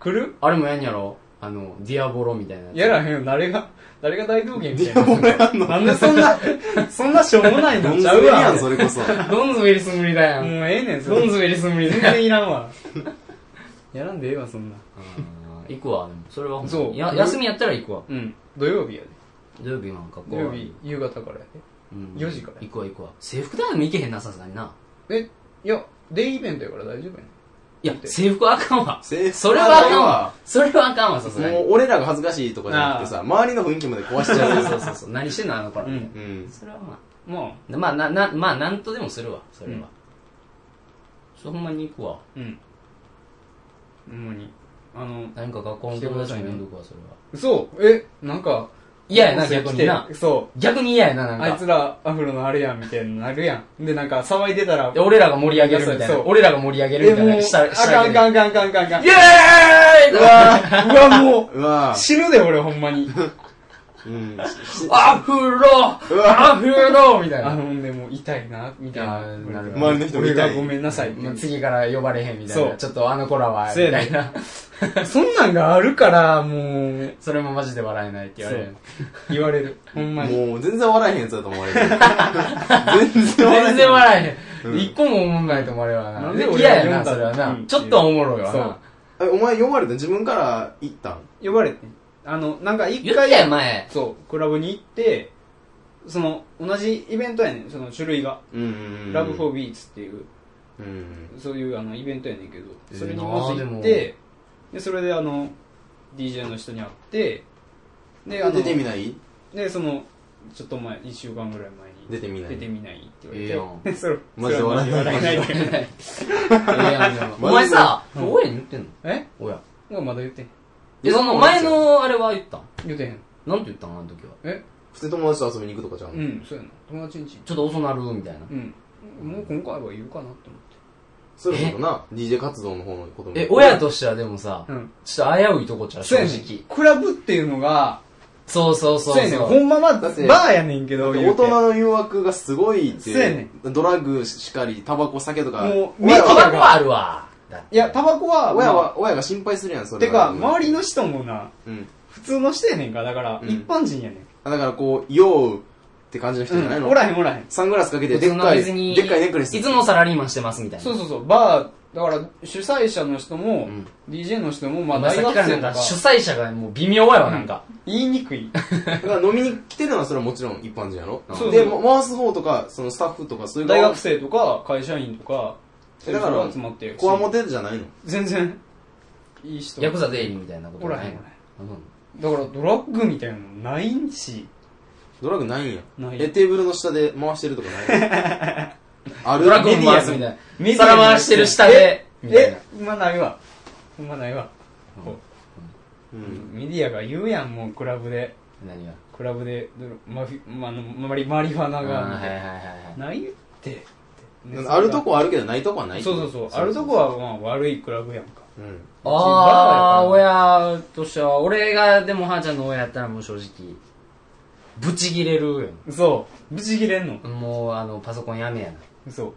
Speaker 3: 来る
Speaker 1: あれもやんやろあの、ディアボロみたいなやつ。
Speaker 3: やらへんよ、誰が、誰が大道芸みたい
Speaker 4: いや、
Speaker 3: な。
Speaker 4: 俺あんの。
Speaker 3: なんでそんな、そんなしょうもない
Speaker 4: ど
Speaker 3: の
Speaker 4: ん
Speaker 3: ち
Speaker 4: ず
Speaker 3: ゃ
Speaker 4: べ
Speaker 3: う
Speaker 4: りやん、
Speaker 3: わ。
Speaker 4: それこそ。
Speaker 1: どんずべりすむりだやん。
Speaker 3: もうええねん、そ
Speaker 1: どん
Speaker 3: れ。
Speaker 1: ずべりすむりだ
Speaker 3: 全
Speaker 1: やん。
Speaker 3: 然いら んわ。やらんでええわ、そんな。
Speaker 1: うん行くわ、でもそれはほんま
Speaker 3: そう
Speaker 1: や休みやったら行くわ。
Speaker 3: うん。土曜日やで。
Speaker 1: 土曜日なんかこう。
Speaker 3: 土曜日、夕方からや
Speaker 1: うん
Speaker 3: 4時から
Speaker 1: 行くわ行くわ。制服だよ、行けへんな、さすがにな。
Speaker 3: で。え、いや、デイイベントやから大丈夫やね
Speaker 1: いや、制服は あかんわ。
Speaker 4: 制服
Speaker 1: それはあかんわ。それはあかんわ、さすがに。
Speaker 4: もう俺らが恥ずかしいとかじゃなくてさ、周りの雰囲気まで壊しちゃう。
Speaker 1: そうそうそう。何してんのあの頃、
Speaker 3: うん
Speaker 4: うん。
Speaker 1: それはま
Speaker 3: ん。ま
Speaker 1: あ、まあ、な、な、まあ、なんとでもするわ、それは。
Speaker 3: うん
Speaker 1: そうほんまに行くわ。
Speaker 3: あ、うん。ほんまに。あの、
Speaker 1: 何か学校の友達に呼んどくわ、それは。
Speaker 3: 嘘え、なんか、
Speaker 1: 嫌やな、逆にな
Speaker 3: 来。てそう。
Speaker 1: 逆に嫌やな、なんか。
Speaker 3: あいつらアフロのあれやんみたいになるやん。で、なんか騒いでたら
Speaker 1: で、、俺らが盛り上げるみたい
Speaker 3: そ
Speaker 1: な
Speaker 3: う。
Speaker 1: 俺らが盛り上げる
Speaker 3: え、
Speaker 1: みたい
Speaker 3: もう、
Speaker 1: な。した、
Speaker 3: あ
Speaker 1: した
Speaker 3: かんあかん
Speaker 1: ん。
Speaker 3: あかんあかんあかんあかん
Speaker 1: イ。エーイ
Speaker 3: うわーうわ、も
Speaker 4: うわ
Speaker 3: う、死ぬで俺ほんまに。
Speaker 4: ぁ。うん。
Speaker 1: アフロ
Speaker 4: うわ
Speaker 1: アフロみたい
Speaker 3: あ
Speaker 1: な。
Speaker 3: の、でも痛いな、みたい
Speaker 1: あ
Speaker 3: な。
Speaker 1: ーなるほど
Speaker 4: 周りの人
Speaker 3: 俺
Speaker 4: 見た
Speaker 3: が
Speaker 4: い
Speaker 3: ご。めんなさいっていう。
Speaker 1: 次から呼ばれへんみたい
Speaker 3: そ
Speaker 1: な。
Speaker 3: う
Speaker 1: ちょっとあの子らは、み
Speaker 3: そうや
Speaker 1: た
Speaker 3: ね
Speaker 1: いな。
Speaker 3: そんなんがあるから、もう、
Speaker 1: それもマジで笑えないって言われる。
Speaker 3: 言われる。ほんまに。
Speaker 4: もう全然笑えへんやつだと思われる。全然笑えへん。
Speaker 1: 全然笑えへ
Speaker 4: うん
Speaker 1: ん。一個も思んないと思われは
Speaker 3: な
Speaker 1: な。
Speaker 3: んで俺
Speaker 1: 嫌やな、
Speaker 3: 呼んだ
Speaker 1: それは
Speaker 3: う。
Speaker 1: なんちょっとはおもろいわ
Speaker 3: そ
Speaker 1: な
Speaker 3: う。
Speaker 4: え、お前呼ばれたん自分から行ったん
Speaker 3: 呼ばれて。あの、なんか一
Speaker 1: 言ったや
Speaker 3: 回
Speaker 1: ん、、前。
Speaker 3: そう、クラブに行って、その、同じイベントやねん、その種類が。
Speaker 4: うんうんうん。
Speaker 3: ラブフォ
Speaker 4: ー。
Speaker 3: ービーツっていう、
Speaker 4: うん。
Speaker 3: そういうあのイベントやねんけど、
Speaker 1: えー
Speaker 3: それにまず行っ
Speaker 1: なあで
Speaker 3: て、で、それであの、DJ の人に会って、で、あの
Speaker 4: 出、てみない
Speaker 3: で、その、ちょっと前、1週間ぐらい前に、
Speaker 4: 出てみない
Speaker 3: 出てみないって言われて、
Speaker 1: ええやん
Speaker 3: で それ、
Speaker 4: マジで笑えない
Speaker 3: それはマジで笑えない。
Speaker 1: いやいやお前さ、親に言ってんの
Speaker 3: え
Speaker 1: 親。
Speaker 3: もうまだ言ってへん。
Speaker 1: え、その前のあれは言ったん
Speaker 3: 言ってへん。
Speaker 1: なんて言ったんあの時は。
Speaker 3: え
Speaker 4: 普通に友達と遊びに行くとかじゃん。
Speaker 3: うん、そうやな。友達んち。
Speaker 1: ちょっと遅なるみたいな。
Speaker 3: うん。もう今回は言うかなって思って。
Speaker 4: そういうことな。DJ 活動の方のことも。
Speaker 1: え、親としてはでもさ、
Speaker 3: うん
Speaker 1: ちょっと危ういとこちゃう、正
Speaker 3: そうやね
Speaker 1: 直
Speaker 3: ん。。クラブっていうのが、
Speaker 1: そうそうそう
Speaker 3: そうやねん。
Speaker 1: そ
Speaker 3: ほ
Speaker 1: う。
Speaker 3: んまは、バ
Speaker 4: だって
Speaker 3: ーやねんけど、言
Speaker 4: 大
Speaker 3: うて
Speaker 4: 人の誘惑がすごいって
Speaker 3: そうやね
Speaker 4: ドラッグしかり、タバコ、酒とか。
Speaker 3: もう
Speaker 4: 親
Speaker 1: タ
Speaker 4: は
Speaker 1: バコはあるわ。だって
Speaker 3: いや、タバコは、
Speaker 4: 親
Speaker 3: ま
Speaker 4: は、親が心配するやん、そ
Speaker 3: あ、
Speaker 4: れ
Speaker 3: て
Speaker 4: は。
Speaker 3: か、周りの人もな、
Speaker 4: うん。
Speaker 3: 普通の人やねんか。だから、
Speaker 4: うん
Speaker 3: 一般人やねん。
Speaker 4: あだからこう、ようって感じの人じゃないの
Speaker 3: おらへんおらへん。
Speaker 4: サングラスかけて、
Speaker 1: 普
Speaker 4: で
Speaker 1: 通
Speaker 4: っ
Speaker 1: の
Speaker 4: かい、
Speaker 1: 別に、
Speaker 4: でっかいネックレス。
Speaker 1: いつもサラリーマンしてますみたいな。
Speaker 3: そうそうそう、バー、だから、主催者の人も、
Speaker 1: うん
Speaker 3: DJ の人も、まあ、
Speaker 1: まあ
Speaker 3: 大
Speaker 1: さっき
Speaker 3: 学
Speaker 1: からな
Speaker 3: 生
Speaker 1: ん
Speaker 3: と
Speaker 1: か
Speaker 3: か、
Speaker 1: 主催者がもう微妙やわ、なんか。
Speaker 3: 言いにくい。
Speaker 4: だから飲みに来てるのはそれはもちろん一般人やろ
Speaker 1: そう
Speaker 3: そう
Speaker 4: で、ま回す方とか、そのスタッフとか、そういう
Speaker 3: 大
Speaker 4: 側
Speaker 3: 学生とか、会社員とか、そういう
Speaker 4: だから
Speaker 3: 人が集まってるし
Speaker 4: こわもてじゃないの
Speaker 3: 全然、いい人。
Speaker 1: ヤクザ出入りみたいなこと
Speaker 3: おら
Speaker 1: な
Speaker 3: へ
Speaker 1: い
Speaker 3: ん
Speaker 1: の
Speaker 3: おらへん。だからドラッグみたいなのないんし、
Speaker 4: ドラッグないんや。
Speaker 3: ない
Speaker 4: え、テーブルの下で回してるとかないのある
Speaker 1: ドラゴン回すみたいな。皿回してる下で、みたいな
Speaker 3: え。、まあないわ。ほんまないわ。
Speaker 1: うん
Speaker 3: こう
Speaker 4: うん。
Speaker 3: メディアが言うやん、もうクラブで。
Speaker 1: 何が
Speaker 3: クラブでドラ、マフィ、まあ、あのマリ、マリファナ
Speaker 1: あー
Speaker 3: が、
Speaker 1: はいはいはいはい。
Speaker 3: ないって。ね
Speaker 4: あるとこはあるけど、ないとこはない
Speaker 3: そうそうそう。あるとこは、まあ、悪いクラブやんか。
Speaker 4: う。うん。
Speaker 1: あー、親としては、俺がでもはーちゃんの親やったらもう正直、ブチギレるよ
Speaker 3: そう。ブチ切れんの。
Speaker 1: な。もう、あの、パソコンやめやな。
Speaker 3: そう。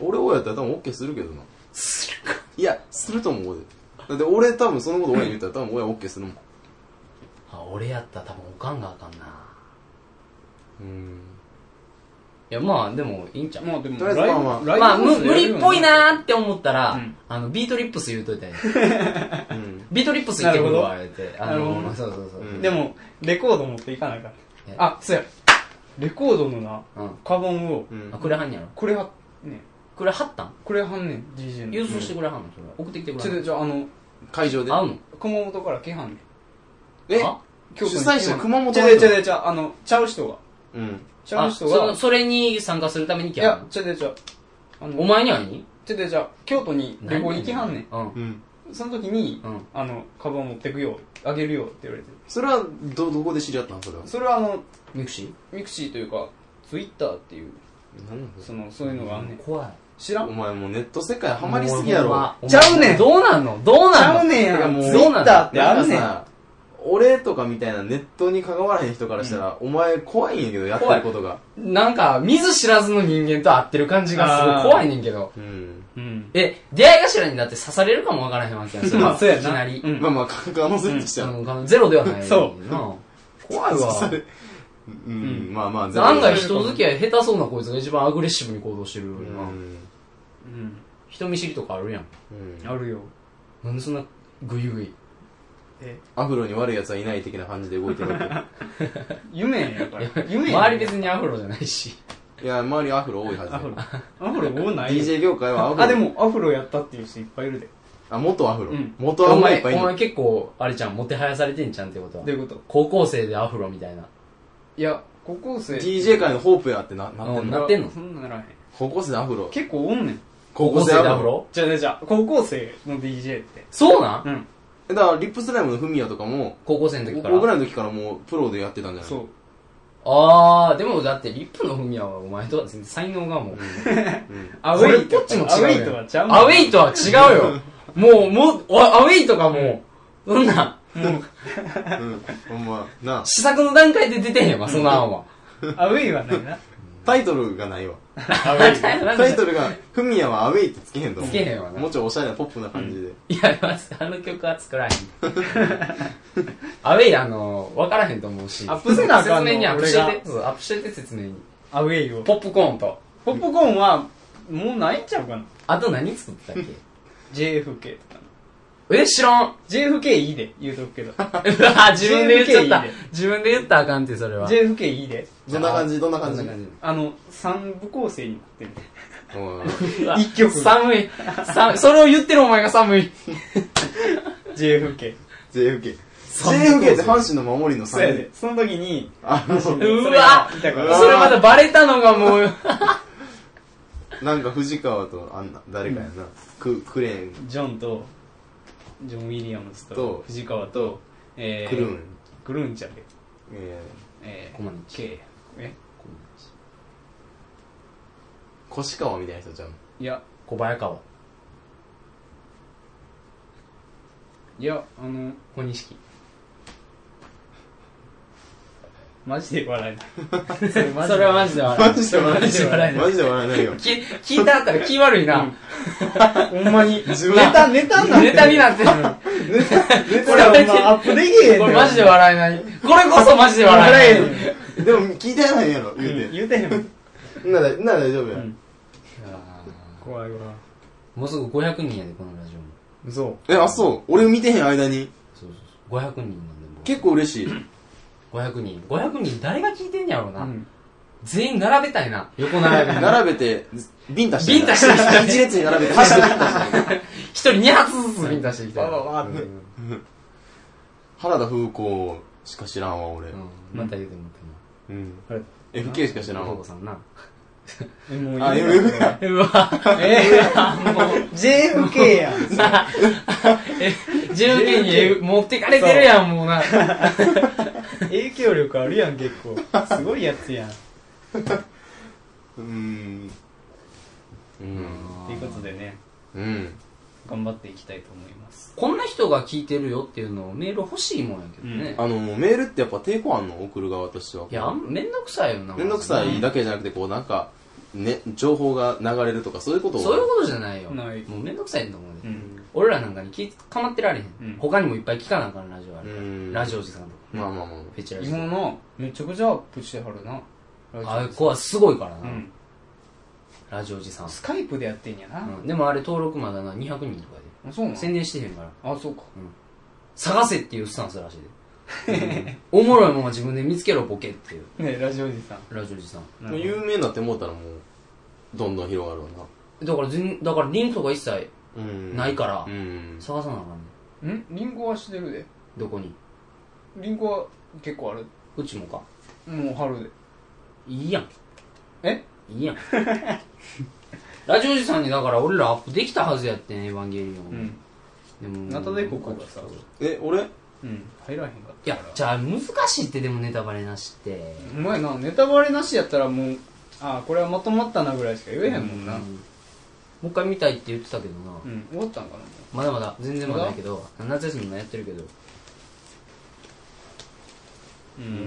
Speaker 4: 俺親やったら多分 OK するけどな。するか。いや、すると思うで。だって俺多分そのこと親に言ったら多分親 OK するもん。
Speaker 1: あ俺やったら多分おかんがあかんな
Speaker 4: うん。
Speaker 1: いやまあでもいいんちゃう
Speaker 3: まあでも、
Speaker 4: とりあえずまあまあ
Speaker 3: ライ
Speaker 1: ま
Speaker 3: ブ
Speaker 1: あ、
Speaker 3: ライブハウ
Speaker 1: む
Speaker 3: スで
Speaker 1: 無
Speaker 3: やるよ
Speaker 1: 理っぽいなーって思ったら、
Speaker 3: うん
Speaker 1: あの、ビートリップス言うといたらいい
Speaker 4: うん。
Speaker 1: ビートリップス行ってくるわ、
Speaker 5: な
Speaker 1: 言うて。あ
Speaker 5: なるほど
Speaker 1: の、そうそうそう。
Speaker 4: うん
Speaker 5: でも、レコード持っていかないか
Speaker 1: え
Speaker 5: ら。あ、そうや。レコードのな、
Speaker 1: うん。
Speaker 5: カバンを
Speaker 4: う、ん
Speaker 1: あ、。くれはんねやろ。
Speaker 3: これは、ね、
Speaker 1: くれはったん
Speaker 3: これはんねん、DJ の。
Speaker 1: 郵送してくれはんのそれ。送ってきてくれ
Speaker 3: ちょ
Speaker 1: は
Speaker 3: っと、
Speaker 1: ん
Speaker 3: じゃあ、あの、
Speaker 4: 会場で
Speaker 1: の。会うの
Speaker 3: 熊本から来はんねん。
Speaker 4: え
Speaker 1: あ
Speaker 3: 京都
Speaker 4: 主
Speaker 3: に
Speaker 4: 催者
Speaker 3: 来はんねん
Speaker 4: 熊本
Speaker 3: ち
Speaker 4: の
Speaker 3: ゃう
Speaker 4: 人
Speaker 3: ちゃうちゃう、あの、ちゃう人が。
Speaker 4: うん。
Speaker 3: ちゃう
Speaker 1: あ
Speaker 3: 人
Speaker 1: そ
Speaker 3: が
Speaker 1: の。それに参加するために
Speaker 3: い
Speaker 1: 来は
Speaker 3: や
Speaker 1: ん、
Speaker 3: ちゃうちゃうちゃう。あ
Speaker 1: のお
Speaker 3: の、
Speaker 1: 前にはに
Speaker 3: ちゃうちゃうちゃう、京都に旅行に来はんねん。
Speaker 1: うん。
Speaker 4: うん。
Speaker 3: その時に、
Speaker 1: うん
Speaker 3: あの、カバン持ってくよ、あげるよって言われて。
Speaker 4: それは、ど、どこで知り合ったんそれは。
Speaker 3: それはあの、
Speaker 1: ミクシ
Speaker 3: ミクシーというか、ツイッターっていう、
Speaker 4: なんなんそ
Speaker 3: その、そういうのがあんね
Speaker 1: ー
Speaker 3: ん。
Speaker 1: 怖い。
Speaker 3: 知ら
Speaker 4: れお
Speaker 3: ん
Speaker 4: 前もうネット世界ハマりすぎやろ。
Speaker 1: もほんま
Speaker 3: ちゃうねん
Speaker 1: どうなんのどう
Speaker 3: ち
Speaker 1: な
Speaker 3: ゃ
Speaker 1: ん
Speaker 3: う
Speaker 1: の
Speaker 3: ねんや
Speaker 4: てかもう
Speaker 1: そうなんだ
Speaker 4: Twitter ってあんねんさ、俺とかみたいなネットに関わらへん人からしたら、お前怖いんやけど、やってることが。
Speaker 1: なんか、見ず知らずの人間と会ってる感じがすごい怖いねんけど。
Speaker 4: うん。
Speaker 3: うん。
Speaker 1: え、出会い頭にだって刺されるかもわからへんわけやん。それは
Speaker 3: そうやな
Speaker 1: き
Speaker 3: い
Speaker 1: なり。
Speaker 3: うん
Speaker 4: まあまあ、可能性として
Speaker 1: あ
Speaker 4: は。
Speaker 1: のゼロではない。。
Speaker 3: そう
Speaker 1: な怖い
Speaker 4: そ
Speaker 1: わ。
Speaker 4: れ うん、まあまあ、
Speaker 1: 案外
Speaker 4: う
Speaker 1: 人付き合い下手そうなこいつが一番アグレッシブに行動してるよな。
Speaker 4: ん。
Speaker 3: うん。
Speaker 1: 人見知りとかあるやん。
Speaker 4: うん
Speaker 3: あるよ。
Speaker 1: なんでそんなグイグ イ。
Speaker 4: アフロに悪い奴はいない的な感じで動いてるわ
Speaker 3: 夢やから。夢や
Speaker 1: 周り別にアフロじゃないし。
Speaker 4: け。いや、周りアフロ多いはずだ
Speaker 3: アフロ
Speaker 4: よ。。
Speaker 3: アフロ多ないよ
Speaker 4: DJ 業界はアフロ。
Speaker 3: あ、で。も、アフロやったっていう人いっぱいいるで。
Speaker 4: あ、元アフロ
Speaker 3: うん。
Speaker 4: 元ア
Speaker 1: お
Speaker 4: フロい
Speaker 1: 前、
Speaker 4: っぱいい
Speaker 1: お
Speaker 4: る
Speaker 1: 前結構、あれちゃん、もてはやされてんじゃんってことは
Speaker 3: どう。いうこと
Speaker 1: 高校生でアフロみたいな。
Speaker 3: いや、高校生。
Speaker 4: DJ 界のホープやってな、なって
Speaker 1: うんん
Speaker 4: の。
Speaker 1: なってんの
Speaker 3: そんなんならへん。
Speaker 4: 高校生でアフロ。
Speaker 3: 結構おんねん。
Speaker 4: 高校生でアフロ。
Speaker 3: じゃあじゃあじゃあ高校生の DJ って。
Speaker 1: そうなん
Speaker 3: うん。
Speaker 4: だから、リップスライムのフミヤとかも、
Speaker 1: 高校生の時から
Speaker 4: 僕。ぐらいの時からもうプロでやってたんじゃない
Speaker 3: そう。
Speaker 1: あー、でもだってリップのフミヤはお前とは全然才能がもう。
Speaker 3: アウ
Speaker 1: これ
Speaker 3: ェイ
Speaker 1: っぽっちも
Speaker 3: アウ
Speaker 1: 違
Speaker 3: ェ
Speaker 1: う
Speaker 3: イと
Speaker 1: や
Speaker 3: は
Speaker 1: ん
Speaker 3: ちゃうもん
Speaker 1: アウェイとは違うよ。もう、もう、おアウェイとかもう、そんな、
Speaker 4: うん。 ほんま、なあ
Speaker 1: 試作の段階で出てへんわ、そんな案は。
Speaker 3: アウェイはないな。
Speaker 4: タイトルがないわ。
Speaker 3: アウェイ。
Speaker 4: タイトルが、フミヤはアウェイってつけへんと思う。
Speaker 1: つけへんわな
Speaker 4: もうちょいおしゃれなポップな感じで。
Speaker 1: いや、まずあの曲は作らへん。アウェイ、あの、わからへんと思うし。
Speaker 3: アップせなあかんの
Speaker 1: 説明にアップして
Speaker 3: 俺
Speaker 1: て。
Speaker 3: が
Speaker 1: そう、アップしてて説明に。
Speaker 3: アウェイを。
Speaker 1: ポップコーンと。
Speaker 3: ポップコーンは、もうないんちゃうかな。
Speaker 1: あと何作ったっ
Speaker 3: JFK とか。
Speaker 1: けえ、知ら ん。
Speaker 3: JFK いいで、言うと くけど。
Speaker 1: うわ自分で言っちゃっ
Speaker 3: JFK いい
Speaker 1: た
Speaker 3: ね。
Speaker 1: 自分で言ったらあかんって、それは。
Speaker 3: JFK いいで。
Speaker 4: どんな感じどんな
Speaker 1: こ
Speaker 4: 感
Speaker 1: ん
Speaker 4: じ
Speaker 1: な感じ
Speaker 3: あの、三部構成になってる。
Speaker 4: う
Speaker 1: うわ
Speaker 3: 一曲
Speaker 1: 寒い。寒い。それを言ってるお前が寒い。
Speaker 3: JFK。
Speaker 4: ん JFK。JFK って阪神の守りの
Speaker 3: そうや
Speaker 4: 3
Speaker 3: で。その時に、
Speaker 4: あの、
Speaker 1: う
Speaker 3: それ
Speaker 1: わ
Speaker 3: が見たか
Speaker 4: うわ
Speaker 3: ら。
Speaker 1: それまたバレたのがもう。
Speaker 4: なんか藤川とあんな、誰かやな。ク、クレーン
Speaker 3: ジョンと、ジョン・ウィリアムズ
Speaker 4: と
Speaker 3: と、藤川と、え
Speaker 4: クルーン。
Speaker 3: クルーンちゃんで。
Speaker 4: え
Speaker 3: え
Speaker 1: コマネ
Speaker 3: ー、K。え
Speaker 4: ー、越川みたいな人じゃん。
Speaker 3: いや、
Speaker 1: 小早川。
Speaker 3: いや、あの、
Speaker 1: 小錦。
Speaker 3: マジで笑えない。それマ
Speaker 1: それはマジで笑い。
Speaker 4: マジで
Speaker 1: マ
Speaker 4: 笑
Speaker 1: ジで笑い
Speaker 4: えない。マジで笑えないよ。
Speaker 1: き聞いたあったら気悪いな。
Speaker 3: ほんまに。ネ
Speaker 4: 自分は
Speaker 3: タ、ネタになって
Speaker 1: ネ
Speaker 3: る
Speaker 1: タになってる。
Speaker 3: ネタほらアップできへん
Speaker 1: これ
Speaker 3: ねん
Speaker 1: マジで笑えない。これこそマジで笑えない。
Speaker 3: 笑
Speaker 4: でも聞いてないやろ、
Speaker 3: えへん
Speaker 4: 言うて。
Speaker 3: 言うてへんもん。
Speaker 4: なら、なら大丈夫や。
Speaker 3: うん怖いわ。
Speaker 1: もうすぐ500人やで、このラジオも。
Speaker 3: 嘘。
Speaker 4: え、あ、そう。俺見てへん間に。
Speaker 1: そうそうそう。500人なんでもう。
Speaker 4: 結構嬉しい。
Speaker 1: 500人。500人誰が聞いてんやろう
Speaker 3: う
Speaker 1: な。
Speaker 3: ん。
Speaker 1: 全員並べたいな。横並べに。
Speaker 4: 並べて、ビンタして。
Speaker 1: ビンタしてきた
Speaker 4: 一列に並べ て、箸でビンタして。
Speaker 1: 一人2発ずつビンタしていきた
Speaker 3: わ
Speaker 1: い。
Speaker 3: わわって。
Speaker 4: 原田風子しか知らんわ、俺
Speaker 1: う。ん。また言うてもらっても。
Speaker 4: うん
Speaker 3: はい。
Speaker 4: FK しか知らん
Speaker 1: お
Speaker 4: わ
Speaker 1: 父。さんな。
Speaker 3: え、もういい
Speaker 4: あ、
Speaker 3: よ
Speaker 4: FK か。
Speaker 1: うわ。
Speaker 3: えー、もう、JFK やん。
Speaker 1: 自分家にえ持ってかれてるやん、もうな。
Speaker 3: 影響力あるやん、結 構。すごいやつやん。
Speaker 4: うーん。うん。
Speaker 3: ということでね、
Speaker 4: うん。
Speaker 3: 頑張っていきたいと思います。
Speaker 1: こんな人が聞いてるよっていうのをメール欲しいもんやけどね。
Speaker 4: あの、メールってやっぱ抵抗あんの送る側としては。
Speaker 1: いや、あんめんどくさいよな。
Speaker 4: めんどくさいだけじゃなくて、こうなんか、ね、情報が流れるとか、そういうことを。
Speaker 1: そういうことじゃないよ。
Speaker 3: ない
Speaker 1: もうめんどくさいんだもんね。
Speaker 3: うん。
Speaker 1: 俺らなんかに聞いて、かまってられへん。
Speaker 3: うん
Speaker 1: 他にもいっぱい聞かなあかんラジオあるから。
Speaker 4: うん
Speaker 1: ラジオおじさんとか。
Speaker 4: まあまあまあま
Speaker 1: フェチライズ
Speaker 3: 今のめちゃくちゃアップしてはるな
Speaker 1: あれ
Speaker 3: ラジ
Speaker 1: 子はすごいからな、
Speaker 3: オうん
Speaker 1: ラジオじさん、
Speaker 3: スカイプでやってんやな、
Speaker 1: うんでもあれ登録まだな200人とか
Speaker 3: あそうな
Speaker 1: で
Speaker 3: の
Speaker 1: 宣伝してへんから
Speaker 3: あそうか
Speaker 1: 探せっていうスタンスらしい で、うんおもろいもんは自分で見つけろボケっていう
Speaker 3: ねラジオおじさん
Speaker 1: ラジオじさん
Speaker 4: あ。もう有名になって思ったらもう、どんどん広がるわ
Speaker 1: だから全だからリンクとか一切
Speaker 4: な。うん。
Speaker 1: ないから
Speaker 4: うん。
Speaker 1: 探さなあかんね
Speaker 3: んリンゴはしてるで
Speaker 1: どこに
Speaker 3: リンゴは結構ある
Speaker 1: うちもか
Speaker 3: もう春で
Speaker 1: いいやん
Speaker 3: え
Speaker 1: い いやんラジオじさんにだから俺らアップできたはずやってんエヴァンゲリオ
Speaker 3: う
Speaker 1: ン、
Speaker 3: ん
Speaker 1: でも
Speaker 3: ナタデココがさ
Speaker 4: え、俺
Speaker 3: うん入らへんか
Speaker 1: いやじゃあ難しいってでもネタバレなしって
Speaker 3: お前なネタバレなしやったらもうああこれはまとまったなぐらいしか言えへんもんな
Speaker 1: う
Speaker 3: うん、
Speaker 1: もう一回見たいって言ってたけどな、
Speaker 3: 終わったんかなも
Speaker 1: まだまだ全然まだやけど夏休みもやってるけど
Speaker 3: う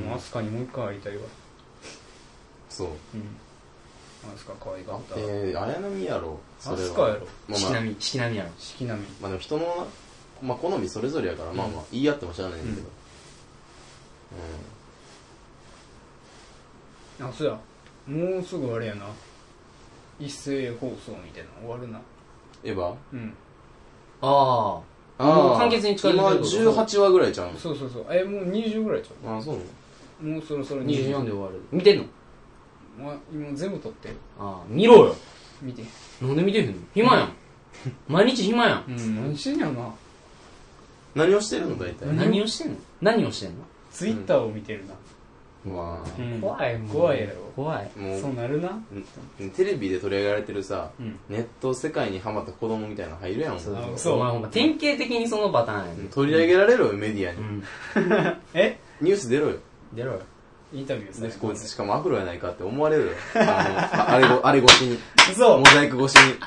Speaker 3: うんアスカにもう一回会いたいわ
Speaker 4: そう。
Speaker 3: うんアスカ可愛かった
Speaker 4: えー、綾波やろ。そ
Speaker 3: ア
Speaker 4: れは
Speaker 3: スカやろ
Speaker 4: まあ
Speaker 1: しき
Speaker 4: まあ
Speaker 1: な、みしきなみやろ
Speaker 3: 四季並み
Speaker 4: まあでも人の、まあ好みそれぞれやから、まあまあ、言い合っても知らないんだけど。
Speaker 3: あそうやもうすぐあれやな一斉放送みたいなの終わるな
Speaker 4: うん。エヴァ
Speaker 3: うん
Speaker 1: あもう完結に近づいてる
Speaker 4: 今
Speaker 1: ってこと
Speaker 4: 18話ぐらいちゃうん
Speaker 3: そうそうそうえもう20ぐらいちゃ
Speaker 4: あ、そう
Speaker 3: うもうそろそろ
Speaker 1: あ
Speaker 3: 20
Speaker 1: 24で終わる見てんの
Speaker 3: お前今全部撮ってる
Speaker 1: ああ見ろよ
Speaker 3: 見て
Speaker 1: なんで見てんの暇やん 毎日暇やん
Speaker 3: うん何してんやろな
Speaker 4: 何をしてるの大体。
Speaker 3: ん
Speaker 1: 何をしてんの何をしてんの
Speaker 3: ツイッターを見てるな、
Speaker 4: まあ、
Speaker 3: うん
Speaker 1: 怖いもん
Speaker 3: 怖いやろ
Speaker 1: 怖い
Speaker 4: もう
Speaker 3: そうなるな
Speaker 4: テレビで取り上げられてるさ、
Speaker 3: うん
Speaker 4: ネット世界にハマった子供みたいなの入るやんもん
Speaker 1: そう
Speaker 3: そう
Speaker 1: お前ほんま典型的にそのパターンやね
Speaker 4: 取り上げられろよメディアに、
Speaker 1: うん
Speaker 3: え
Speaker 4: ニュース出ろよ
Speaker 1: 出ろよ
Speaker 3: インタビューされ
Speaker 4: で
Speaker 3: る
Speaker 4: こいつしかもアフロやないかって思われるよあのああれごあれ越しに
Speaker 3: 嘘
Speaker 4: モザイク越しにこ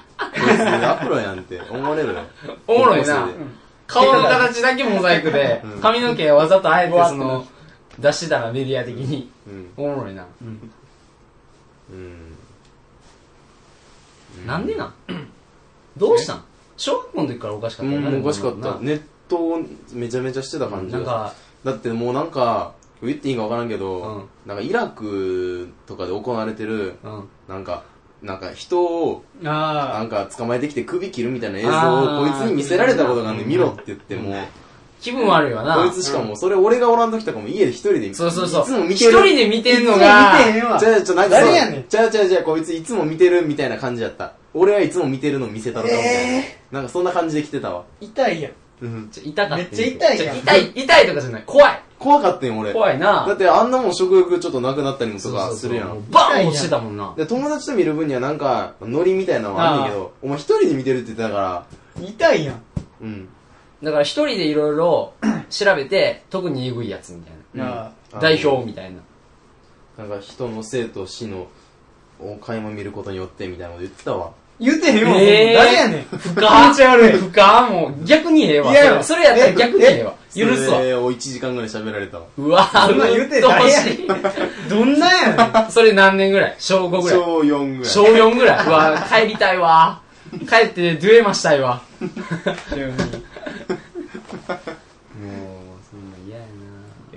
Speaker 4: いつアフロやんって思われるよ
Speaker 1: おもろい
Speaker 4: 高
Speaker 1: な
Speaker 4: 校生で
Speaker 1: 顔の形だけモザイクで
Speaker 4: うん
Speaker 1: 髪の毛わざとあえてそ
Speaker 3: わー
Speaker 1: の出してたらメディア的に
Speaker 4: うん
Speaker 1: おもろいな
Speaker 4: うん
Speaker 1: なんでなんどうしたん小学校の時からおかしか
Speaker 4: う
Speaker 1: ったよ
Speaker 4: ん
Speaker 1: な
Speaker 4: もうおかしかった
Speaker 1: な
Speaker 4: ネットをめちゃめちゃしてた感じ
Speaker 1: なん
Speaker 4: が
Speaker 1: か
Speaker 4: だってもうなんか言っていいんか分からんけど、
Speaker 1: うん
Speaker 4: なんかイラクとかで行われてる
Speaker 1: うん
Speaker 4: なんかなんか人をな
Speaker 3: あ
Speaker 4: んか捕まえてきて首切るみたいな映像
Speaker 1: あ
Speaker 4: をこい
Speaker 1: ー
Speaker 4: つに見せられたことがあんね
Speaker 1: うん
Speaker 4: ん見ろって言ってもう
Speaker 1: 気分悪いわな
Speaker 4: こいつしかもうそれ俺がおらん時とかも家で一人で
Speaker 1: そうそうそう
Speaker 4: いつも見て
Speaker 1: 一
Speaker 4: る
Speaker 1: 人で見てんのが
Speaker 5: 見てへんわ
Speaker 4: じ。ゃあじゃなんかそう
Speaker 5: 誰やねん
Speaker 4: じゃあじゃあじゃあこいついつも見てるみたいな感じやった俺はいつも見てるの見せたろかみたいな、なんかそんな感じで来てたわ
Speaker 5: 痛いやん。
Speaker 4: うん
Speaker 1: ちょ痛かった
Speaker 5: めっちゃ痛いやん
Speaker 1: ちょ痛い痛いとかじゃない怖い
Speaker 4: 怖かったよ俺
Speaker 1: 怖いな
Speaker 4: だってあんなもん食欲ちょっとなくなったりもと
Speaker 1: そうそう
Speaker 4: か
Speaker 1: そう
Speaker 4: するやん
Speaker 1: もうバーン落ちてたもんな
Speaker 4: で友達と見る分にはなんかノリみたいなのはあんねんけどお前一人で見てるって言ってたから
Speaker 5: 痛いやん。
Speaker 4: うん
Speaker 1: だから一人でいろいろ調べて特にエグいやつみたい
Speaker 4: うん
Speaker 5: あ
Speaker 4: あの
Speaker 1: な代表みたいな
Speaker 4: なんか人の生と死のを垣間見ることによってみたいなこと言ってたわ。
Speaker 5: 言うてへんわ。
Speaker 1: えー
Speaker 5: 誰やねん。
Speaker 1: 深
Speaker 5: 気持ち悪い
Speaker 1: 深もう逆にええわ
Speaker 5: いやいや
Speaker 1: それそれやったら逆にええわ許すわ
Speaker 4: それを1時間ぐらい喋られたわ。
Speaker 1: うわ
Speaker 5: そんなん言うてないやん
Speaker 1: うっとうし
Speaker 5: どんなんやねん。
Speaker 1: いそれ何年ぐらい小5ぐらい
Speaker 4: 小4ぐらい。
Speaker 1: 小4ぐらいうわ帰りたいわ帰ってデュエマしたいわもう
Speaker 3: あ急に
Speaker 1: そんな嫌や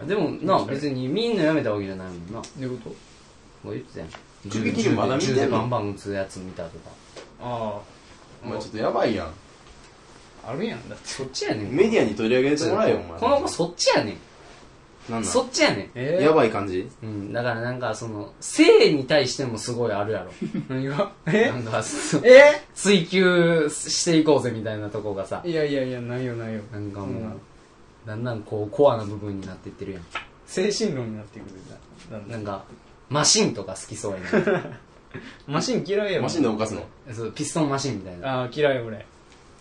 Speaker 1: なでもな別にみんなやめたわけじゃないもんな
Speaker 3: どういうこと
Speaker 1: もう言ってたやん
Speaker 4: 首切りまだ見てんの
Speaker 1: 銃でバンバン撃つやつ見たとか
Speaker 3: あ
Speaker 4: お前ちょっとやばいやん。
Speaker 3: ああるやんだって
Speaker 1: そっちやねん
Speaker 4: メディアに取り上げてもらえよ、お前。
Speaker 1: この子そっちやね
Speaker 4: なん
Speaker 1: ん
Speaker 4: なん
Speaker 1: そっちやねん
Speaker 3: え
Speaker 4: やばい感じ
Speaker 1: うん、だからなんかその性に対してもすごいあるやろ
Speaker 3: 何が
Speaker 1: な
Speaker 3: え
Speaker 1: んかその
Speaker 3: え
Speaker 1: 追求していこうぜみたいなとこがさ
Speaker 3: いやいやいやないよないよ
Speaker 1: なんかもう、
Speaker 3: うん
Speaker 1: だんだんこうコアな部分になってってるやん
Speaker 3: 精神論になってくるんだだんだ
Speaker 1: なんんかマシンとか好きそうやな
Speaker 3: マシン嫌いやろ
Speaker 4: マシンで動かすの
Speaker 1: そうピストンマシンみたいな
Speaker 3: ああ嫌い俺
Speaker 4: あ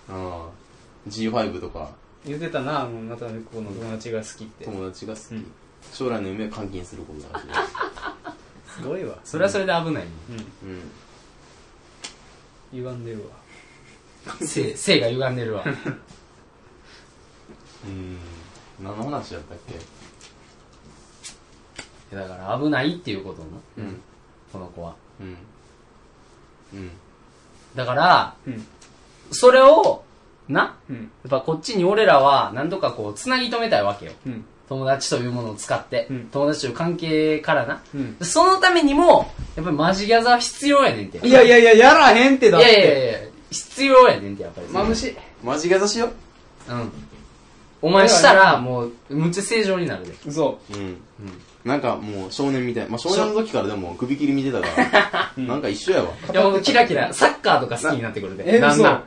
Speaker 4: あ。G5 とか、
Speaker 3: 言ってたなあのまたこの友達が好きって
Speaker 4: 友達が好き
Speaker 3: うん。
Speaker 4: 将来の夢を監禁することだしい。
Speaker 3: すごいわ
Speaker 1: それはそれで危 ないね、
Speaker 3: うん
Speaker 4: うん。
Speaker 3: 言わんでるわ
Speaker 1: 性性が歪んでるわ
Speaker 4: うん。何の話やったっけ
Speaker 1: だから危ないっていうことな
Speaker 4: うん。
Speaker 1: この子は
Speaker 4: うん。うん。
Speaker 1: だから
Speaker 3: うん
Speaker 1: それをな
Speaker 3: うん
Speaker 1: やっぱこっちに俺らは何とかこうつなぎ止めたいわけよ
Speaker 3: うん
Speaker 1: 友達というものを使って、
Speaker 3: うん
Speaker 1: 友達という関係からな、
Speaker 3: うん
Speaker 1: そのためにも、やっぱりマジギャザは必要やねんて。
Speaker 3: いやいやいや、やらへんってだっ
Speaker 1: いやいやい
Speaker 3: て。
Speaker 1: やいや必要やねんて、やっぱり。
Speaker 3: 眩しい。
Speaker 4: マジガザしよ
Speaker 1: うん。お前したら、もう、むっちゃ正常になるで。
Speaker 3: 嘘。
Speaker 4: う。うん。なんかもう少年みたい。まあ少年の時からでも首切り見てたから、なんか一緒やわ。
Speaker 1: いや、もうキラキラ、サッカーとか好きになってくるで。
Speaker 3: え、
Speaker 1: だん
Speaker 3: 嘘
Speaker 1: だん。。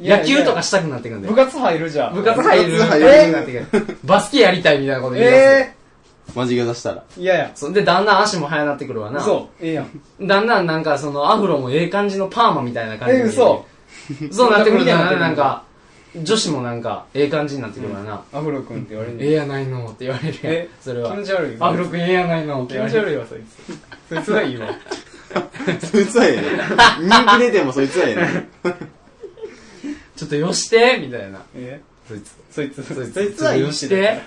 Speaker 3: いや
Speaker 1: 野球とかしたくなってくるん
Speaker 3: い
Speaker 1: で
Speaker 3: や部。活入るじゃん。
Speaker 1: 部活入る。
Speaker 4: 部活入る
Speaker 1: えーなってくるバスケやりたいみたいなこと言い出す。
Speaker 3: え
Speaker 4: マジガザしたら。
Speaker 3: ー、いやいや。
Speaker 1: そんで、だんだん足も速なってくるわな。
Speaker 3: 嘘。ええ やん。
Speaker 1: だんだんなんか、その、アフロもええ感じのパーマみたいな感じに。
Speaker 3: え嘘。
Speaker 1: そうなってくるんだよな、
Speaker 3: な
Speaker 1: なんん
Speaker 3: か
Speaker 1: か、女子もなんか、ええ感じになってくるわな。
Speaker 3: アフロ君って言われる
Speaker 1: ええやないのって言われるやん
Speaker 3: え。
Speaker 1: それ
Speaker 3: 気
Speaker 1: は
Speaker 3: 持。ち悪いわ。
Speaker 1: アフロ君ええやないのって
Speaker 3: 気
Speaker 1: 言わ
Speaker 3: 持
Speaker 1: れる。
Speaker 3: ち悪いわ、そいつ。そいつはいい わ。
Speaker 4: そいつはええね。 人気出てもそいつはええね。
Speaker 1: ちょっとよしてみたいな。
Speaker 3: え
Speaker 1: そいつ。
Speaker 3: そいつ。そい
Speaker 1: そいつはよし
Speaker 3: だ
Speaker 1: て。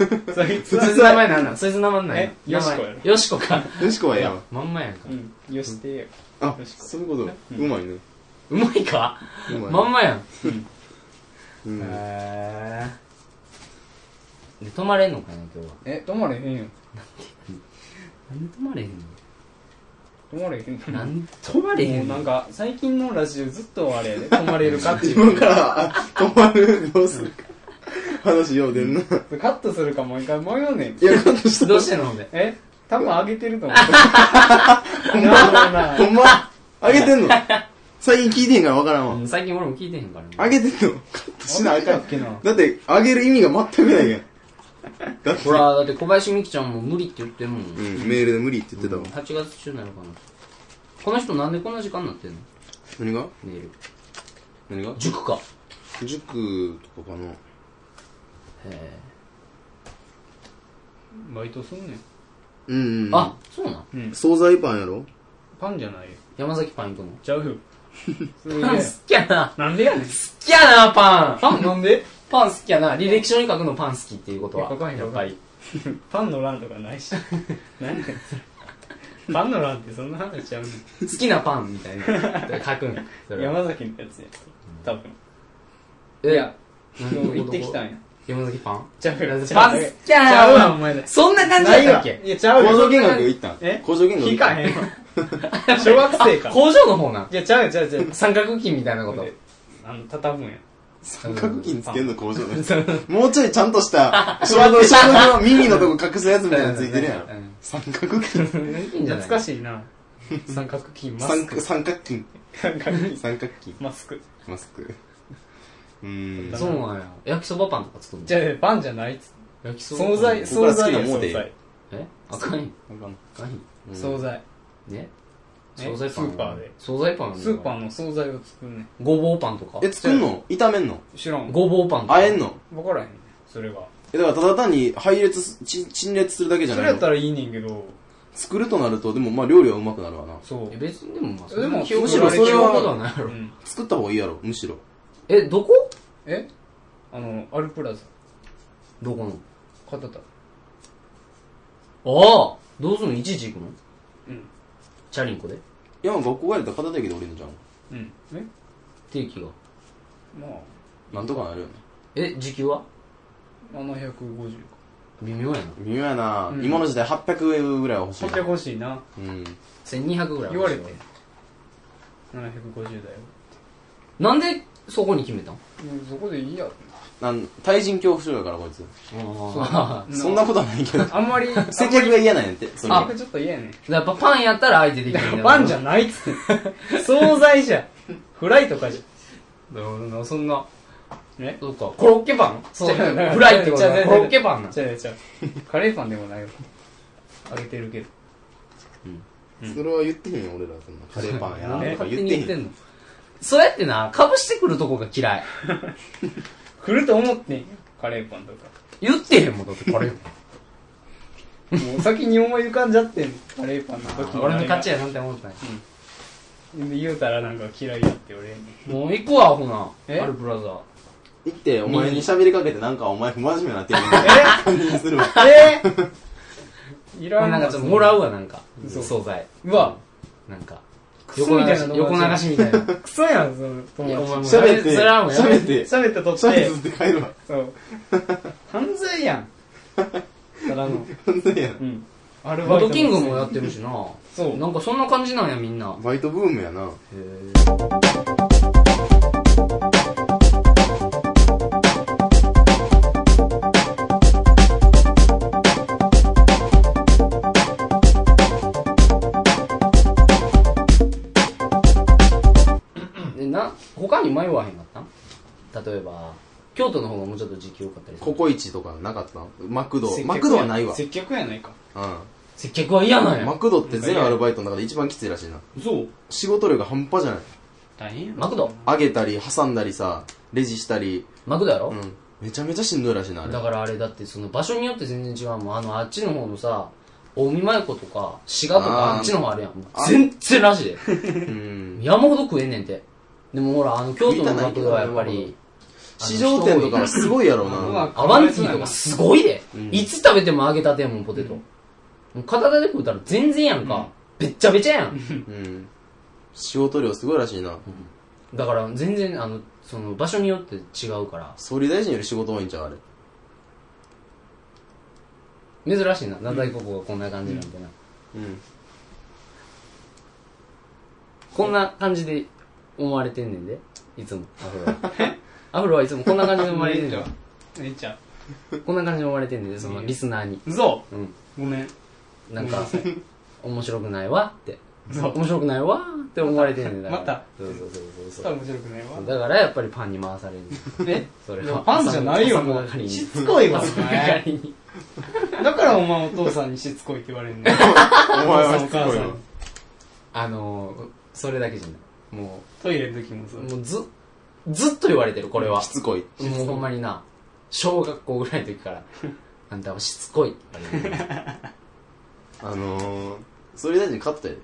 Speaker 3: そいつ
Speaker 1: そいつの名前なんなんそいつの名前なんや
Speaker 3: えよしこやろ
Speaker 1: よしこか。
Speaker 4: よしこはええやん。
Speaker 1: まんまやんか
Speaker 3: う。ん。よしてや。
Speaker 4: あ
Speaker 3: よし、こ
Speaker 4: そういうこと。うまいね。
Speaker 1: うまいか
Speaker 4: うまい。
Speaker 1: まんまやん。
Speaker 4: うん
Speaker 1: へーで、泊まれんのかな、今日は。
Speaker 3: え、止まれへんやん。
Speaker 1: なんで泊まれへんの
Speaker 3: 止まれへんやん。
Speaker 1: なんで泊まれへ
Speaker 3: もうんな
Speaker 1: の
Speaker 3: んか、最近のラジオずっとあれやで、止まれるかってい
Speaker 4: 自
Speaker 3: う。
Speaker 4: 分から、あ止まる、どうするか。話よう出んな。い
Speaker 3: カットするかもう一回迷うねん。
Speaker 4: や、カットした。
Speaker 1: どうしてんのほんで。
Speaker 3: え多分上げてると思 う。なるほど
Speaker 4: ほんまあげてんの最近聞いてへんからわからんわ。
Speaker 1: 最近俺も聞いてへんからね。
Speaker 4: あげてんのカットしなあかん。
Speaker 3: な。
Speaker 4: だって、あげる意味が全くないやん。だって、
Speaker 1: ほら、だって小林美樹ちゃんも無理って言ってるもん。
Speaker 4: うん、メールで無理って言ってたわ。
Speaker 1: 8月中になるかな。この人なんでこんな時間になってんの
Speaker 4: 何が
Speaker 1: メール。
Speaker 4: 何が
Speaker 1: 塾か。
Speaker 4: 塾とかかな。
Speaker 1: へ
Speaker 3: バイトすんねん。
Speaker 4: うん、う
Speaker 1: ー
Speaker 4: ん。
Speaker 1: あ、、そうなん
Speaker 3: うん。
Speaker 4: 惣菜パンやろ
Speaker 3: パンじゃないよ。
Speaker 1: 山崎パン行くの
Speaker 3: ちゃうよ。それ
Speaker 1: パン好きやな。
Speaker 3: なんでやねん。
Speaker 1: 好きやな、パン。
Speaker 3: パンなんで
Speaker 1: パン好きやな。履歴書に書くのパン好きっていうことは。
Speaker 3: 書かへん
Speaker 1: やっぱ り。
Speaker 3: パンの欄とかないし。なんやねんそれパンの欄ってそんな話ちゃうね
Speaker 1: 好きなパンみたいな。 書くん。そ
Speaker 3: ん。
Speaker 1: れは
Speaker 3: 山崎のやつや。多分。
Speaker 1: え
Speaker 3: いや、
Speaker 1: 何
Speaker 3: 今日行ってきたんや。
Speaker 1: 山崎パン
Speaker 3: ちゃうよ。ち
Speaker 1: パ
Speaker 3: ゃ
Speaker 1: ン
Speaker 3: う
Speaker 1: 好
Speaker 3: よ。
Speaker 1: きや
Speaker 3: ちゃうわ、お前だ。
Speaker 1: そんな感じ
Speaker 3: ない
Speaker 1: やった
Speaker 3: わ
Speaker 1: っけ
Speaker 3: いや、ちゃ
Speaker 4: 工
Speaker 3: うよ。
Speaker 4: 場見学行ったん
Speaker 3: え
Speaker 4: 工場見学
Speaker 3: 聞かへんわ。小学生か。
Speaker 1: 工場の方なん
Speaker 3: いや、ちゃうよちゃうよちゃうよ。
Speaker 1: 三角筋みたいなこと。
Speaker 3: あの、畳むんや。
Speaker 4: 三角筋つけんの工場の人。もうちょいちゃんとした、ちょうど、ちょうど耳のとこ隠すやつみたいなのついてるや
Speaker 1: うんん。
Speaker 4: 三角筋
Speaker 1: いいんじゃない
Speaker 3: 懐かしいな。三角筋、マス
Speaker 4: 三角
Speaker 3: ク。
Speaker 4: 三角筋。
Speaker 3: 三角筋、
Speaker 4: 三角筋。
Speaker 3: マスク。
Speaker 4: マスク。うーん。
Speaker 1: そうなんや。焼きそばパンとか作る
Speaker 3: じ
Speaker 1: の
Speaker 3: ゃあ、パンじゃないっつ
Speaker 1: 焼きそばパン
Speaker 3: 惣菜、
Speaker 4: 僕ら好
Speaker 3: 惣
Speaker 4: き
Speaker 3: 菜
Speaker 4: な
Speaker 3: や、
Speaker 4: もん
Speaker 3: 惣
Speaker 4: で
Speaker 3: 菜。
Speaker 1: えあかんよ。
Speaker 4: う
Speaker 1: あかんよ。
Speaker 4: ん
Speaker 3: 惣菜。
Speaker 1: ね
Speaker 3: え
Speaker 1: 惣菜パンは。
Speaker 3: スーパーで
Speaker 1: 惣菜パンは
Speaker 3: スーパーの惣菜を作るね。
Speaker 1: ごぼうパンとか。
Speaker 4: え、作んの炒めんの
Speaker 3: 知らん。
Speaker 1: ごぼうパンとか。
Speaker 4: あえんの
Speaker 3: わからへんね。それは。
Speaker 4: え、だからただ単に配列す、ち陳列するだけじゃ
Speaker 3: そ
Speaker 4: な
Speaker 3: れ
Speaker 4: い
Speaker 3: やっ
Speaker 4: の
Speaker 3: たらいいねんけど、
Speaker 4: 作るとなると、でもまあ料理はうまくなるわな。
Speaker 3: そ
Speaker 1: え別にでもまあ、
Speaker 3: でも
Speaker 1: 記憶
Speaker 4: むしろそれは
Speaker 1: 記憶ことはないや
Speaker 3: う。う
Speaker 1: ろ。
Speaker 3: ん。
Speaker 4: 作った方がいいやろ、むしろ。
Speaker 1: え、どこ
Speaker 3: えあの、アルプラザ、
Speaker 1: どこの
Speaker 3: 片田。
Speaker 1: ああどうすんのいちいち行くの
Speaker 3: うん。
Speaker 1: チャリンコで
Speaker 4: いや、まあ学校帰ると片手だけで降りるじゃん。
Speaker 3: うん。え
Speaker 1: 定期が。
Speaker 3: まあ、
Speaker 4: なんとかなるよね。
Speaker 1: え、時給は
Speaker 3: 750か。
Speaker 1: 微妙やな。
Speaker 4: 微妙やな、
Speaker 3: うん
Speaker 4: 今の時代800ぐらいは欲しい
Speaker 3: そっ
Speaker 4: な
Speaker 3: ち欲しいな。
Speaker 4: うん。
Speaker 1: 1200ぐらい。
Speaker 3: 言われて。750だよ。
Speaker 1: なんでそこに決めたん
Speaker 3: うんそこでいいや。
Speaker 4: なん、対人恐怖症やから、こいつ。
Speaker 1: あ
Speaker 3: うん
Speaker 4: そんなことはないけど。
Speaker 3: あんまり、
Speaker 4: 接客が嫌なんやって。そ
Speaker 3: あ
Speaker 4: の、
Speaker 3: ちょっと嫌やね。
Speaker 1: あ。 やっぱパンやったら相手できるんだ
Speaker 3: パンじゃ
Speaker 1: ん。
Speaker 3: ないっつ って。惣菜じゃん。フライとかじ
Speaker 1: なるほどなそんな。
Speaker 3: ね
Speaker 1: そうか。コロッケパンそう。
Speaker 3: 違う違う
Speaker 1: フライってこと
Speaker 3: 違う違
Speaker 1: だ。
Speaker 3: う
Speaker 1: コロッケパンな
Speaker 3: ゃ
Speaker 1: ん
Speaker 3: ん。。違う違う。カレーパンでもないよ。揚げてるけど。
Speaker 4: それは言ってへんよ、俺ら。そんなカレーパン
Speaker 1: なん
Speaker 4: や
Speaker 1: で
Speaker 4: とか
Speaker 1: 勝
Speaker 4: 言
Speaker 1: 手に言って
Speaker 4: っ
Speaker 1: て
Speaker 4: へん。
Speaker 1: んのそうやってな、かぶしてくるとこが嫌い。
Speaker 3: 来ると思ってんよカレーパンとか。
Speaker 1: 言ってへんもん、だってこ れ。
Speaker 3: もう先に思い浮かんじゃってんのカレーパンの時
Speaker 1: 俺の勝ち
Speaker 3: や。
Speaker 1: やなんて思ってない。
Speaker 3: で言うたらなんか嫌いやって俺に。
Speaker 1: もう行くわ、ほ
Speaker 3: え
Speaker 1: な。アルプラザ。
Speaker 4: 行って、お前に喋りかけて、なんかお前不真面目なってる感じにするわ。
Speaker 3: えぇいらん
Speaker 1: なんかちょっともら
Speaker 3: う。
Speaker 1: うわ、なんか。
Speaker 3: 嘘
Speaker 1: 惣菜。
Speaker 3: うわ、
Speaker 1: なんか。
Speaker 3: クソ
Speaker 1: 横
Speaker 3: み
Speaker 1: 流
Speaker 3: たいな
Speaker 1: し、
Speaker 3: 友
Speaker 1: 横
Speaker 3: 達
Speaker 1: 流しみ たいな。
Speaker 3: クソやん、 その
Speaker 1: いやお前も
Speaker 3: 友
Speaker 1: う
Speaker 3: 達。
Speaker 4: 喋って、
Speaker 1: それはもうやめ
Speaker 4: 喋って、
Speaker 3: 喋って撮っ
Speaker 4: 喋って
Speaker 3: て、
Speaker 4: って帰るわ。
Speaker 3: そう。犯罪やん。
Speaker 5: ただ の。
Speaker 4: 本当や。
Speaker 5: うん。
Speaker 3: アル
Speaker 1: バ
Speaker 3: バイ
Speaker 1: イ
Speaker 3: ト
Speaker 1: ト
Speaker 3: の
Speaker 1: キングもやってるしな。
Speaker 3: そう
Speaker 1: なんかそんな感じなんや、みんな。
Speaker 4: バイトブームやな。
Speaker 1: でな、他に迷わへんかったん例えば、京都の方がもうちょっと時給良かったりする
Speaker 4: ココイチとかなかったマクド
Speaker 3: 接。客
Speaker 4: マクドはないわ。う
Speaker 3: 接客やないか
Speaker 4: ん。
Speaker 1: 接客は嫌なんや。
Speaker 4: マクドって全アルバイトの中で一番きついらしいな。
Speaker 3: そう
Speaker 4: 仕事量が半端じゃない。
Speaker 3: 大変やろ
Speaker 1: マクド
Speaker 4: 揚げたり、挟んだりさ、レジしたり。
Speaker 1: マクドやろ、
Speaker 4: うん。めちゃめちゃしんどいらしいな、あれ
Speaker 1: だ。からあれだってその場所によって全然違うもんあのあっちの方のさ大見舞子とか滋賀と
Speaker 4: あ
Speaker 1: か
Speaker 4: ー
Speaker 1: あっちの方あるやん
Speaker 4: あ
Speaker 1: 全然らしいで
Speaker 4: うん。
Speaker 1: 山ほど食えんねんてでもほらあの京都のマクドはやっぱ
Speaker 4: 見たない
Speaker 1: り
Speaker 4: 市場店とかはすごいやろう
Speaker 3: う
Speaker 4: な。
Speaker 3: わ
Speaker 1: アバンティとかすごいで、
Speaker 4: うん
Speaker 1: いつ食べても揚げたてやもんポテト、もう片手で食うたら全然やんか、べっちゃべちゃやん
Speaker 4: うん。仕事量すごいらしいな。
Speaker 1: だから全然あのその場所によって違うから
Speaker 4: 総理大臣より仕事多いんちゃうあれ。
Speaker 1: 珍しいな団体ここがこんな感じなんてな、
Speaker 4: うん。
Speaker 1: こんな感じで思われてんねんで、い つも、アフロは。アフロはいつもこんな感じで思われてんねん。
Speaker 3: 姉ちゃん
Speaker 1: こんな感じで思われてんねんで、そのリスナーに。
Speaker 3: 嘘
Speaker 1: うん。
Speaker 3: ごめん
Speaker 1: なん か、面白くないわって。面白くないわって思われてんねんだから。
Speaker 3: また
Speaker 1: そうそうそうそう
Speaker 3: た面白くないわ
Speaker 1: そう。だからやっぱりパンに回される。
Speaker 3: え
Speaker 1: それ
Speaker 3: で
Speaker 1: は。
Speaker 3: もパンじゃないよ
Speaker 1: その
Speaker 3: もう
Speaker 1: 中に
Speaker 3: しつこいわ
Speaker 1: その中に
Speaker 3: だからお前お父さんにしつこいって言われるね
Speaker 4: お前は
Speaker 3: お
Speaker 4: しつこい
Speaker 3: 母さ
Speaker 4: わ
Speaker 3: ん。
Speaker 1: あのー、それだけじゃない。も
Speaker 3: トイレの時もそう
Speaker 1: う、もうず、ずっと言われてる、これは
Speaker 4: し。つこい。
Speaker 1: もうほんまにな、小学校ぐらいの時から、あんたはしつこいって言われてる。
Speaker 4: あのー、総理大臣勝ったやで。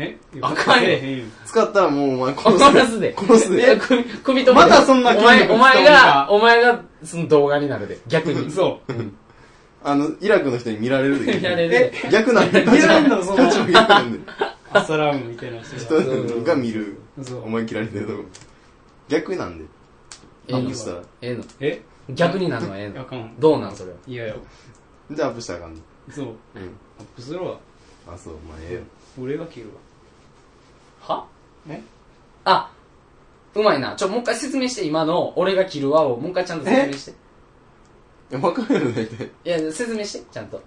Speaker 3: え
Speaker 1: あかんよ
Speaker 3: ええん
Speaker 4: 使ったらもうお前殺すで。
Speaker 1: 殺すで。
Speaker 4: 殺す
Speaker 1: い
Speaker 4: で
Speaker 1: や、。組、組と
Speaker 3: まだそんな
Speaker 1: お
Speaker 3: 筋
Speaker 1: 前、
Speaker 3: 肉
Speaker 1: お前
Speaker 3: 使うんだ
Speaker 1: が、お前が、その動画になるで。逆に。
Speaker 3: 嘘
Speaker 4: あの、イラクの人に見られるで。
Speaker 1: 見られるで。
Speaker 4: 逆なんだ。
Speaker 3: 見られんのその
Speaker 4: 立場逆なんで。
Speaker 3: アサラームみたいな人が
Speaker 4: 人が見る。
Speaker 3: 嘘
Speaker 4: お前切られてるとこ。逆なんで。
Speaker 1: え
Speaker 4: ア
Speaker 1: え
Speaker 4: ッ
Speaker 1: の
Speaker 4: プしたら。
Speaker 1: ええの。
Speaker 3: え
Speaker 1: 逆になるのはええ
Speaker 3: あ
Speaker 1: の。
Speaker 3: かん
Speaker 1: どうなんそれは。
Speaker 3: いやよ
Speaker 4: じゃあアップしたらあかんの。
Speaker 3: そう
Speaker 4: うん。
Speaker 3: アップするわ
Speaker 4: あ、そう、まあええよ。
Speaker 3: 俺が切るわ
Speaker 1: は
Speaker 3: え
Speaker 1: あ、うまいな。ちょ、もう一回説明して、今の、俺が着るわを、もう一回ちゃんと説明して。
Speaker 4: いや、わかるよ、大体。
Speaker 1: いや、説明して、ちゃんと。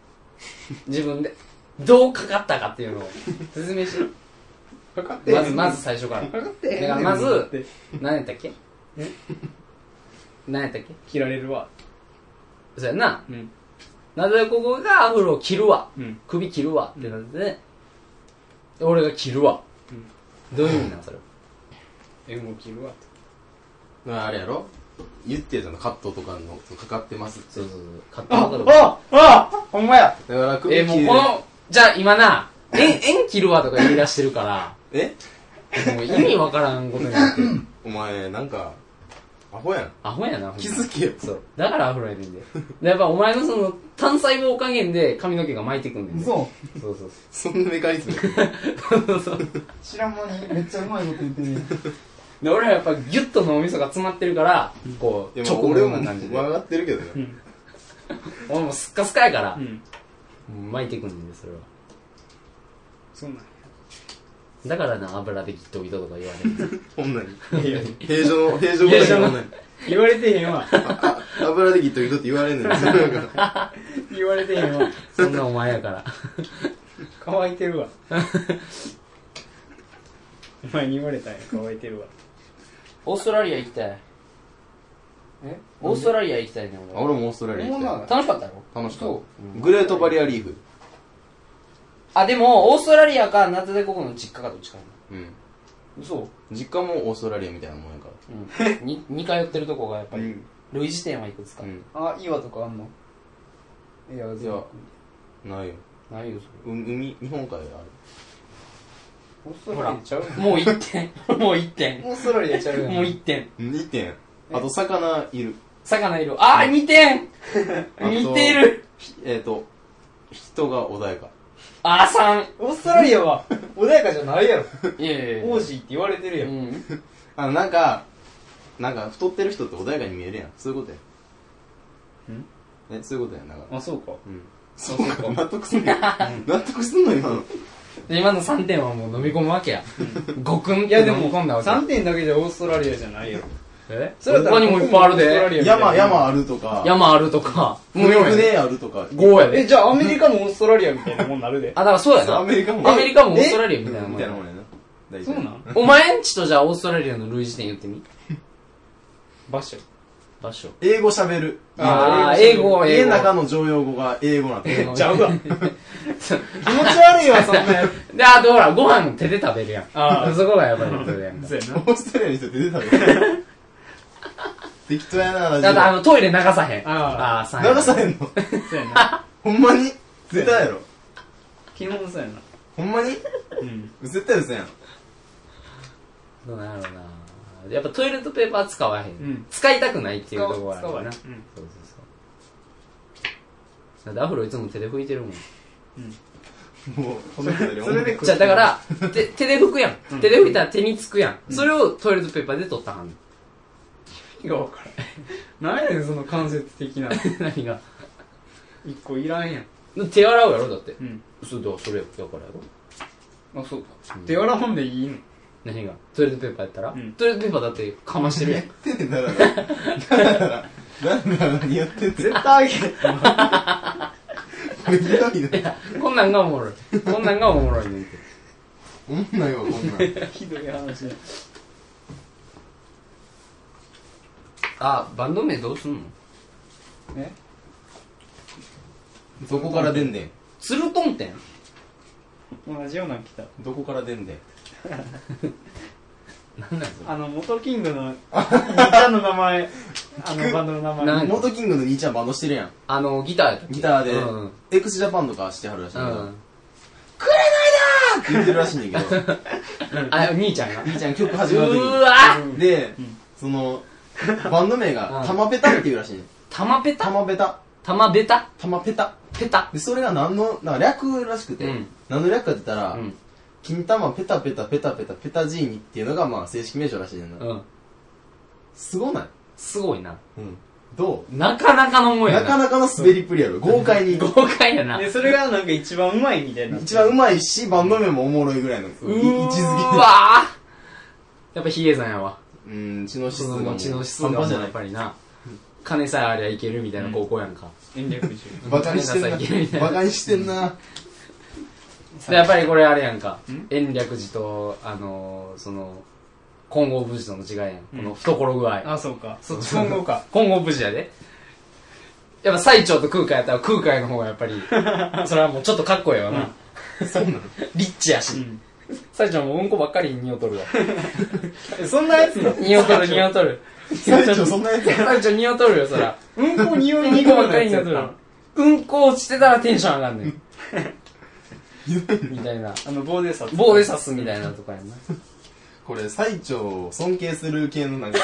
Speaker 1: 自分で。どうかかったかっていうのを、説明して。
Speaker 3: かかって
Speaker 1: まず、まず最初から。
Speaker 3: かかって
Speaker 1: だからまず、 何やったっけ何やったっけ
Speaker 3: 切られるわ
Speaker 1: そうやな。
Speaker 3: うん
Speaker 1: なぜここがアフロを切るわ。
Speaker 3: うん
Speaker 1: 首切るわってなって、ねで俺が切るわ、どういう意味なんそれ
Speaker 3: 縁を切るわと
Speaker 4: だからあれやろ言ってたの、カットとかの、かかってますっ
Speaker 1: そ
Speaker 4: て
Speaker 1: うそうそう勝手なこと
Speaker 3: ああほんまや
Speaker 4: だから、首
Speaker 1: えもうこのじゃあ今な円 円切るわとか言い出してるか
Speaker 4: え
Speaker 1: らもう意味わからんことになってる
Speaker 4: お前、なんか、アホやん。
Speaker 1: アホやなほんま
Speaker 4: 気づけよ。
Speaker 1: そうだからアフロやねんででやっぱお前のその単細胞加減で髪の毛が巻いてくんねんで
Speaker 6: そ
Speaker 1: そうそう
Speaker 4: そんなメカニズ ム。
Speaker 1: そうそう
Speaker 6: う知らん間にめっちゃうまいこと言ってるやん
Speaker 1: で俺らやっぱギュッと脳みそが詰まってるからこう
Speaker 4: いや、
Speaker 1: チ
Speaker 4: まあ
Speaker 1: ョコの
Speaker 4: 俺
Speaker 1: よう
Speaker 4: も
Speaker 1: な感じで
Speaker 4: 曲がってるけどね。
Speaker 1: 俺もすっかすかやから
Speaker 3: うん
Speaker 1: もう巻いてくんねんでそれは
Speaker 3: そうなん
Speaker 1: だからな、油でギットギトとか言われる。
Speaker 4: ほんなに。
Speaker 3: やいや
Speaker 4: 平常の、平常ぐらいのほんなに。
Speaker 3: 言われてへんわ
Speaker 4: 油でギットギトって言わ れんねん。それなんか
Speaker 3: 言われてへんわ
Speaker 1: そんなお前やから。
Speaker 3: 乾いてる わお前に言われたんや乾いてるわ
Speaker 1: オーストラリア行きたい。
Speaker 3: え
Speaker 1: オーストラリア行きたいね、俺。
Speaker 4: 俺もオーストラリア行きたい。
Speaker 1: 楽しかったろ
Speaker 4: 楽しか
Speaker 3: そ
Speaker 4: った。グレートバリアリーフ。
Speaker 1: あ、でも、オーストラリアか、夏でここの実家かどっちかや
Speaker 4: うん。
Speaker 3: 嘘
Speaker 4: 実家もオーストラリアみたいなもんやから。
Speaker 1: な。うん。に、似通ってるとこがやっぱり、
Speaker 4: ん。
Speaker 1: 類似点はいくつか
Speaker 4: う。ん。
Speaker 6: あ岩とかあんのいや
Speaker 4: いや、ないよ。
Speaker 1: ないよ、
Speaker 4: う海、日本海ある。
Speaker 6: オーストラリアちゃう
Speaker 1: それ。もう1点。 もう1点。
Speaker 6: オーストラリアちゃうやん
Speaker 1: もう1点。
Speaker 4: 2点。あと、魚いる。
Speaker 1: 魚いる。あー、2点
Speaker 4: あと
Speaker 1: 似てる
Speaker 4: ひえっと、人が穏やか。
Speaker 1: あー、
Speaker 6: オーストラリアは穏やかじゃないやろ
Speaker 1: 3! いやいやい
Speaker 6: 王子って言われてる
Speaker 1: や。
Speaker 6: や
Speaker 1: うんん。
Speaker 4: あの、なんか、なんか、太ってる人って穏やかに見えるやん。そういうことや。んえ、そういうことやん、だから。
Speaker 3: あ、そうか。
Speaker 4: うん。
Speaker 3: そ
Speaker 4: そうう
Speaker 3: か
Speaker 4: か、納得すんの納得すんの今の。
Speaker 1: で今の3点はもう飲み込むわけや。ごくんっ
Speaker 3: い
Speaker 1: て
Speaker 3: やで
Speaker 1: 飲み
Speaker 3: も、
Speaker 1: 込んだわけ。
Speaker 3: 3点だけじゃオーストラリアじゃないやろ。
Speaker 1: え
Speaker 3: それ
Speaker 1: 他にもいっぱいあるで。
Speaker 4: 山、。山あるとか、
Speaker 1: 山あるとか、もう
Speaker 4: 山
Speaker 1: 4や。
Speaker 4: 船あるとか。
Speaker 1: 5や
Speaker 3: え、
Speaker 1: で。
Speaker 3: じゃあアメリカもオーストラリアみたいなもんなるで。
Speaker 1: あ、だからそうやな。
Speaker 4: アメリカも。
Speaker 1: アメリカもオーストラリアみ
Speaker 4: み
Speaker 1: たいなもん
Speaker 4: たい
Speaker 1: や
Speaker 4: なもんやな。大体
Speaker 3: そうなん
Speaker 1: お前んちとじゃあオーストラリアの類似点言ってみ。
Speaker 3: 場所。
Speaker 1: 場所。
Speaker 4: 英語喋る。
Speaker 1: あー英語
Speaker 4: 家の中の常用語が英語なんて。
Speaker 3: ちゃうわ。
Speaker 6: 気持ち悪いわ、そんなやつ。
Speaker 1: で、あとほら、ご飯手で食べるやん。
Speaker 3: あー
Speaker 1: そこがやばいことやんか。
Speaker 3: そうや
Speaker 4: オーストラリアの人出てたで。適当やな、ラジ
Speaker 1: だってあ
Speaker 4: オ。
Speaker 1: の、トイレ流さへん。
Speaker 3: あ
Speaker 1: あー、3
Speaker 4: 流さへんの
Speaker 3: な。そうや な。
Speaker 4: ほんまに絶対やろ。
Speaker 3: 昨日もそうやな。
Speaker 4: ほんまに
Speaker 3: うん。
Speaker 4: 絶対嘘やん。
Speaker 1: どうなんやろうな。やっぱトイレットペーパー使わへん。
Speaker 3: うん
Speaker 1: 使いたくないっていうところある
Speaker 3: 使わ
Speaker 1: な。
Speaker 3: へん
Speaker 1: そう
Speaker 3: うん
Speaker 1: そうそう。だってアフロいつも手で拭いてるもん。
Speaker 4: もう、この人より
Speaker 3: それで、
Speaker 1: じゃあだから、 手手で拭くやん。手で拭いたら手につくやん。それをトイレットペーパーで取ったはんねん。
Speaker 3: 意味がわからん。何やねん、その間接的な。
Speaker 1: 何が。
Speaker 3: 一個いらんやん。
Speaker 1: 手洗うやろだって
Speaker 3: う。ん。
Speaker 1: それだからそれやからやろ。
Speaker 3: あ、そうか。手洗わん でいいの
Speaker 1: 何がトイレットペーパーやったら、
Speaker 3: うん
Speaker 1: トイレットペーパーだってかましてるや ん。
Speaker 4: やってんだから。だから、なんだ何やってん絶対あげひどいね。
Speaker 1: こんなんがおもろい。こんなんがおもろいねんて。
Speaker 4: おもんないわ、こんなん。
Speaker 3: ひどい話だ。
Speaker 1: あ、バンド名どうすんの
Speaker 4: どこから出んねん。
Speaker 1: ツルトン店
Speaker 3: 同じようなの来た。
Speaker 4: どこから出んねん。
Speaker 1: なんなんそれ
Speaker 5: あの、元キング の、ちゃんの名前、あ
Speaker 4: 聞
Speaker 5: の、
Speaker 4: く
Speaker 5: バンドの名前。
Speaker 1: な
Speaker 5: なんん
Speaker 1: か
Speaker 4: 元キングの兄ちゃんバンドしてるやん。
Speaker 1: あの、ギターやったっけ
Speaker 4: ギターで、
Speaker 1: うん。うん。
Speaker 4: エクスジャパンとかしてはるらしいんだけど言ってるらしいんだけど、
Speaker 1: あ、兄ちゃんが。
Speaker 4: 兄ちゃん曲
Speaker 1: う
Speaker 4: 始まる
Speaker 1: ーわ
Speaker 4: 時に。で、その、バンド名
Speaker 1: う
Speaker 4: が
Speaker 1: ん、
Speaker 4: タマペタっていうらしいね。
Speaker 1: たまペ
Speaker 4: タ
Speaker 1: タ
Speaker 4: マペタ。
Speaker 1: たまベタ
Speaker 4: タマペタ。
Speaker 1: ペタ
Speaker 4: で、それが何の、なんか略らしくて
Speaker 1: うん、
Speaker 4: 何の略かって言った
Speaker 1: う
Speaker 4: ら、
Speaker 1: ん。
Speaker 4: 金玉ペタペタペタペタペタジーニっていうのがまあ正式名称らしいねんな。
Speaker 1: うん。
Speaker 4: すごない
Speaker 1: すごいな。
Speaker 4: うん。ど
Speaker 1: なかなかのも
Speaker 4: うん
Speaker 1: や
Speaker 4: な
Speaker 1: な。
Speaker 4: かなかの滑りっぷりやろ。豪快に。
Speaker 1: 豪快やな。
Speaker 5: で、それがなんか一番うまいみたいな。
Speaker 4: 一番うまいし、バンド名もおもろいぐらいの。い位
Speaker 1: う
Speaker 4: 置
Speaker 1: ー
Speaker 4: づ
Speaker 1: わーやっぱ比叡山やわ。
Speaker 4: け。うん、知能指
Speaker 1: そ
Speaker 4: 数が
Speaker 1: の
Speaker 4: もう。
Speaker 1: 後の指数が
Speaker 4: 半
Speaker 1: も
Speaker 4: 端
Speaker 1: う
Speaker 4: じゃな
Speaker 1: やっ
Speaker 4: い。
Speaker 1: ぱりな。金さえありゃいけるみたいな高校やんか。
Speaker 3: 延暦中。
Speaker 4: バカにして
Speaker 1: 金さえいけるみた
Speaker 4: ん
Speaker 1: い
Speaker 4: な。
Speaker 1: な
Speaker 4: バ。カにしてんな。
Speaker 1: でやっぱりこれあれやんか。延暦寺と、あのー、その、金剛武士との違いやん。この懐具合。
Speaker 3: あ、そうか。そっち今後か。
Speaker 1: 金剛武士やで。やっぱ最長と空海やったら空海の方がやっぱ り、それはもうちょっとかっこええわな。リッチやし。最長もううんこばっかり匂うとるわ。
Speaker 5: えそんなやつの
Speaker 1: 匂うとる匂うとる。
Speaker 4: 最初そんなやつや。
Speaker 1: 最長匂うとるよ、そら。
Speaker 5: うんこ匂い
Speaker 1: うん
Speaker 5: に
Speaker 1: こ
Speaker 5: こ
Speaker 1: ば
Speaker 5: ばっ
Speaker 1: っか
Speaker 5: か
Speaker 1: り
Speaker 5: り
Speaker 1: に
Speaker 5: に
Speaker 1: な
Speaker 5: なっ
Speaker 1: っと
Speaker 5: とる
Speaker 1: るわうんこ落ちてたらテンション上がんねん。みたいな。
Speaker 5: あの、棒でさ、
Speaker 1: 棒で刺すみたいなとかやんな。
Speaker 4: これ、最長を尊敬する系のなんか、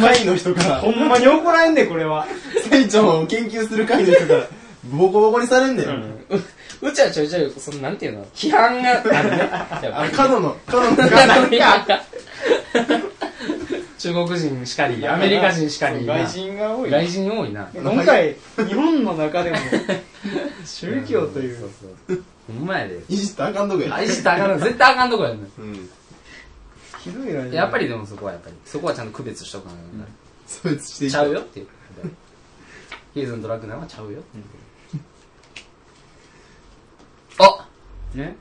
Speaker 4: 会の人から
Speaker 5: ほ、んまに怒られんで、これは。
Speaker 4: 最長を研究する会の人から、ボコボコにされんだよ。
Speaker 1: うちはちょいちょい、その、なんていうの批判があるね。
Speaker 4: あれ、角の、角の、
Speaker 1: 中国人しかり、アメリカ人しかりな。
Speaker 5: 外人が多い。
Speaker 1: 外人多いな。
Speaker 5: 今回、日本の中でも、宗教という。
Speaker 1: そうそう。ほんまやで。
Speaker 4: いじったらあかんとこや。
Speaker 1: 愛してあかんの、絶対あかんとこやねん。
Speaker 4: うん。
Speaker 5: ひどいな、
Speaker 1: やっぱりでもそこはやっぱり、そこはちゃんと区別しとかなあかんから
Speaker 4: 差別してい
Speaker 1: ちゃうよっていう。ヒーズンとラクナはちゃうよっていう。あ
Speaker 3: ね。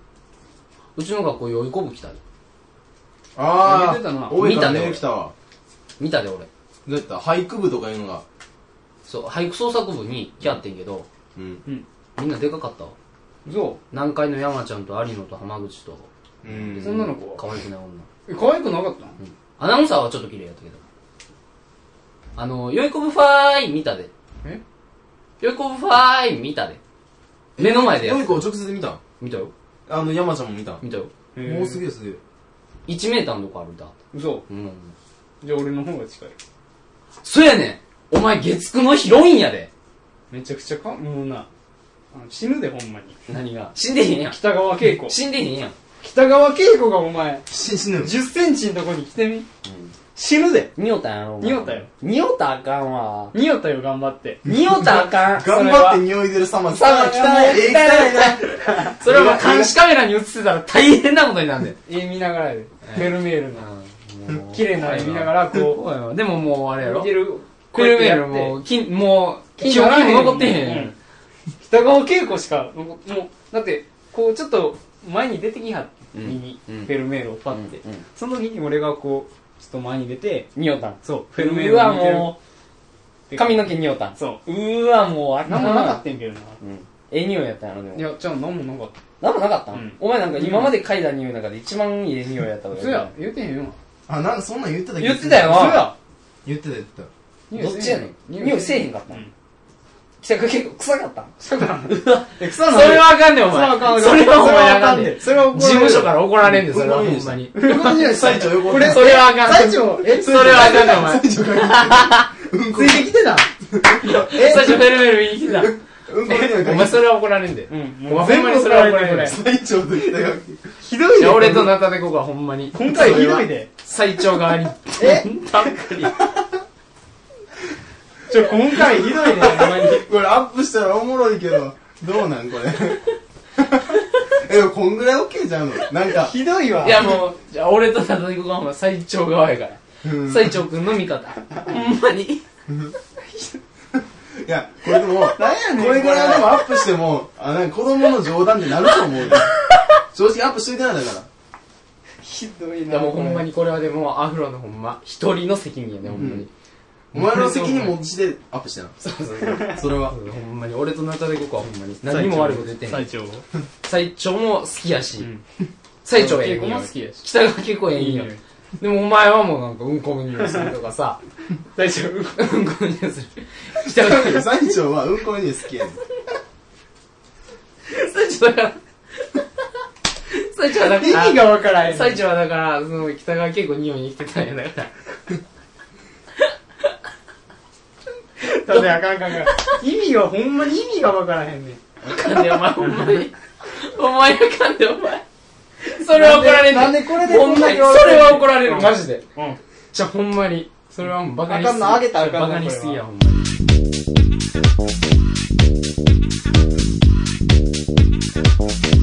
Speaker 1: うちの学校、よいこ部来たで。
Speaker 4: あ
Speaker 3: 言ってたな
Speaker 4: あ、多いから
Speaker 1: 見た
Speaker 4: メ
Speaker 1: で
Speaker 4: ール来たわ。
Speaker 1: 見たで俺。
Speaker 4: どうやった俳句部とかいうのが。
Speaker 1: そう、俳句創作部に来やってんけど、
Speaker 4: うん。
Speaker 1: みんなでかかったわ。
Speaker 3: そ
Speaker 1: 南海の山ちゃんと有野と浜口と、
Speaker 4: うん
Speaker 3: う。そんなの子は。
Speaker 1: 可愛くない女。
Speaker 3: え、可愛くなかったの
Speaker 1: アナウンサーはちょっと綺麗やったけど。あの、よいこぶファーイ見たで。
Speaker 3: え
Speaker 1: よいこぶファーイ見たで。目の前でや
Speaker 4: よい
Speaker 1: る。
Speaker 4: 子を直接見たん
Speaker 1: 見たよ。
Speaker 4: あの、山ちゃんも見たん
Speaker 1: 見たよ。
Speaker 3: へー
Speaker 4: もうすげえすげえ。
Speaker 1: 1メーターのとこ歩いた。
Speaker 3: 嘘。
Speaker 1: うん。
Speaker 3: じゃあ俺の方が近い。
Speaker 1: そやねんお前月9のヒロインやで
Speaker 3: めちゃくちゃか、もうな。あの死ぬでほんまに。
Speaker 1: 何が死んでへんやん。
Speaker 3: 北川景子。
Speaker 1: 死んでへんやん。
Speaker 3: 北川景子がお前、
Speaker 4: 死ぬの
Speaker 3: 10センチのとこに来てみ。
Speaker 7: 死ぬで。
Speaker 1: 匂ったんやろお前
Speaker 3: 匂ったよ。
Speaker 1: 匂ったらあかんわ。
Speaker 3: 匂ったよ、頑張って。
Speaker 1: 匂ったらあかん。
Speaker 4: 頑張って匂い出る様、ま、
Speaker 1: さあ、汚い。汚いそれはもう監視カメラに映ってたら大変なことになるんだよ。
Speaker 3: 絵見ながらやで。フェルメールの。
Speaker 1: うんもう
Speaker 3: 綺麗な絵見ながら、こ
Speaker 1: 怖いわでももうあれや
Speaker 3: う、
Speaker 1: ろ
Speaker 3: 見て。る。
Speaker 1: フェルメールもう、金、もう、
Speaker 3: 金
Speaker 1: 記憶にも残ってへん。
Speaker 3: うん北川景子しか残もうだってこうちょっと前に出てきはって
Speaker 1: うん
Speaker 3: 右にフ
Speaker 1: うん
Speaker 3: ェルメールをパッて、
Speaker 1: うんうん
Speaker 3: その時に俺がこうちょっと前に出て
Speaker 1: 匂ったん。
Speaker 3: そうフェルメ
Speaker 1: う
Speaker 3: ール
Speaker 1: わ、
Speaker 3: を見てる
Speaker 1: もう、髪の毛匂ったん。
Speaker 3: そう
Speaker 1: ーわ、もう、あ
Speaker 3: う
Speaker 1: か
Speaker 3: 何
Speaker 1: ん
Speaker 3: もなかったんやけどな
Speaker 1: うん。ええ匂いやったんやろ、でも
Speaker 8: い。や、じゃあ何もなかった。
Speaker 1: なんもなかったん、
Speaker 3: うん
Speaker 1: お前なんか今まで嗅いだ匂いの中で一番いい匂いやったわ
Speaker 8: 嘘や、言うてへんよ。
Speaker 4: あ、なんそんなん言ってた
Speaker 1: 言ってたよ
Speaker 4: な
Speaker 1: な。
Speaker 4: 言ってた言ってた。
Speaker 1: どっちやねん。
Speaker 8: 匂いせえへん
Speaker 1: 匂いせえへんかったん。北川結構臭かったん。
Speaker 3: そうだな
Speaker 1: え、臭それはあかんねん、お前。それはお前あかんねん。
Speaker 3: それは怒
Speaker 1: 事
Speaker 3: られ
Speaker 1: 務
Speaker 3: る
Speaker 1: 所から怒られんねん、それはほ
Speaker 4: うん
Speaker 1: んまに。
Speaker 8: この匂い
Speaker 4: 最長横
Speaker 1: それはあかんねん。
Speaker 8: 最長、え、
Speaker 1: それはあかんねん、お前。
Speaker 4: 最長が 言って
Speaker 8: ついてきてた
Speaker 1: え、最初フェルメール言い切った。
Speaker 4: うんこの匂い
Speaker 1: お前それは怒られんで。
Speaker 3: うんも
Speaker 1: お
Speaker 3: う
Speaker 1: 前ほんまにそれは怒られんで。
Speaker 4: 最長と北川
Speaker 8: ひどい
Speaker 1: いや
Speaker 8: よ。
Speaker 1: 俺とナタデコがほんまに、
Speaker 3: 今回ひどいで
Speaker 1: 最長側に。
Speaker 8: え
Speaker 1: ばっかり。
Speaker 3: ちょ今回ひどいでほんまに
Speaker 4: これアップしたらおもろいけど、どうなんこれ。 え、でもこんぐらい OK じゃんのなんか、
Speaker 3: ひどいわ
Speaker 1: いやもう、じゃあ俺とナタデコがほんま最長側やから。
Speaker 4: うん
Speaker 1: 最長くんの味方。ほんまに。
Speaker 4: いや、これ でも、これぐらいでもアップしても、あ、なんか子供の冗談ってなると 思うよ。正直アップしといてないんだから。
Speaker 3: ひどい
Speaker 1: い
Speaker 3: な
Speaker 1: やもうほんまにこれはでもアフロのほんま、一人の責任やね、ほんまに。
Speaker 4: お前の責任持してアップしてな。
Speaker 1: そうそうそう。
Speaker 4: それは。
Speaker 1: ほんまに、俺とナタデココはほんまに、何も悪いこと言ってへん。
Speaker 3: 最長
Speaker 1: 最長も好きやし
Speaker 3: ん、
Speaker 1: 最長ええ
Speaker 3: 稽古
Speaker 1: 匂
Speaker 3: も
Speaker 1: い
Speaker 3: 好。きやし
Speaker 1: 北川結構ええ匂い。でもお前はもうなんかうんこの匂いするとかさ、
Speaker 3: 最長
Speaker 1: うんこの匂いする。北川 結構、
Speaker 4: 最長はうんこの匂い好きやねん。
Speaker 1: 最長だから、最長はだ
Speaker 3: 意
Speaker 1: か
Speaker 3: 味
Speaker 1: ら、
Speaker 3: がわからへん
Speaker 1: 最長はだから、その北川結構匂いに生きてたんやだ から。
Speaker 3: だってあかんあかんあかん意味がほんまに意味がわからへんねん
Speaker 1: あかん でお前ほんまに。お前あかんでお前。それは怒られん
Speaker 8: なんでこれで
Speaker 1: ほ
Speaker 8: こ
Speaker 1: ん
Speaker 8: ん
Speaker 1: ま
Speaker 8: な
Speaker 1: に、
Speaker 8: に
Speaker 1: それは怒られる、マジで。
Speaker 3: うん
Speaker 1: じゃあほんまに、それはもうバカに
Speaker 8: あかんのあげたらあかんの
Speaker 1: バカにしすぎや、ほんまに。
Speaker 4: 「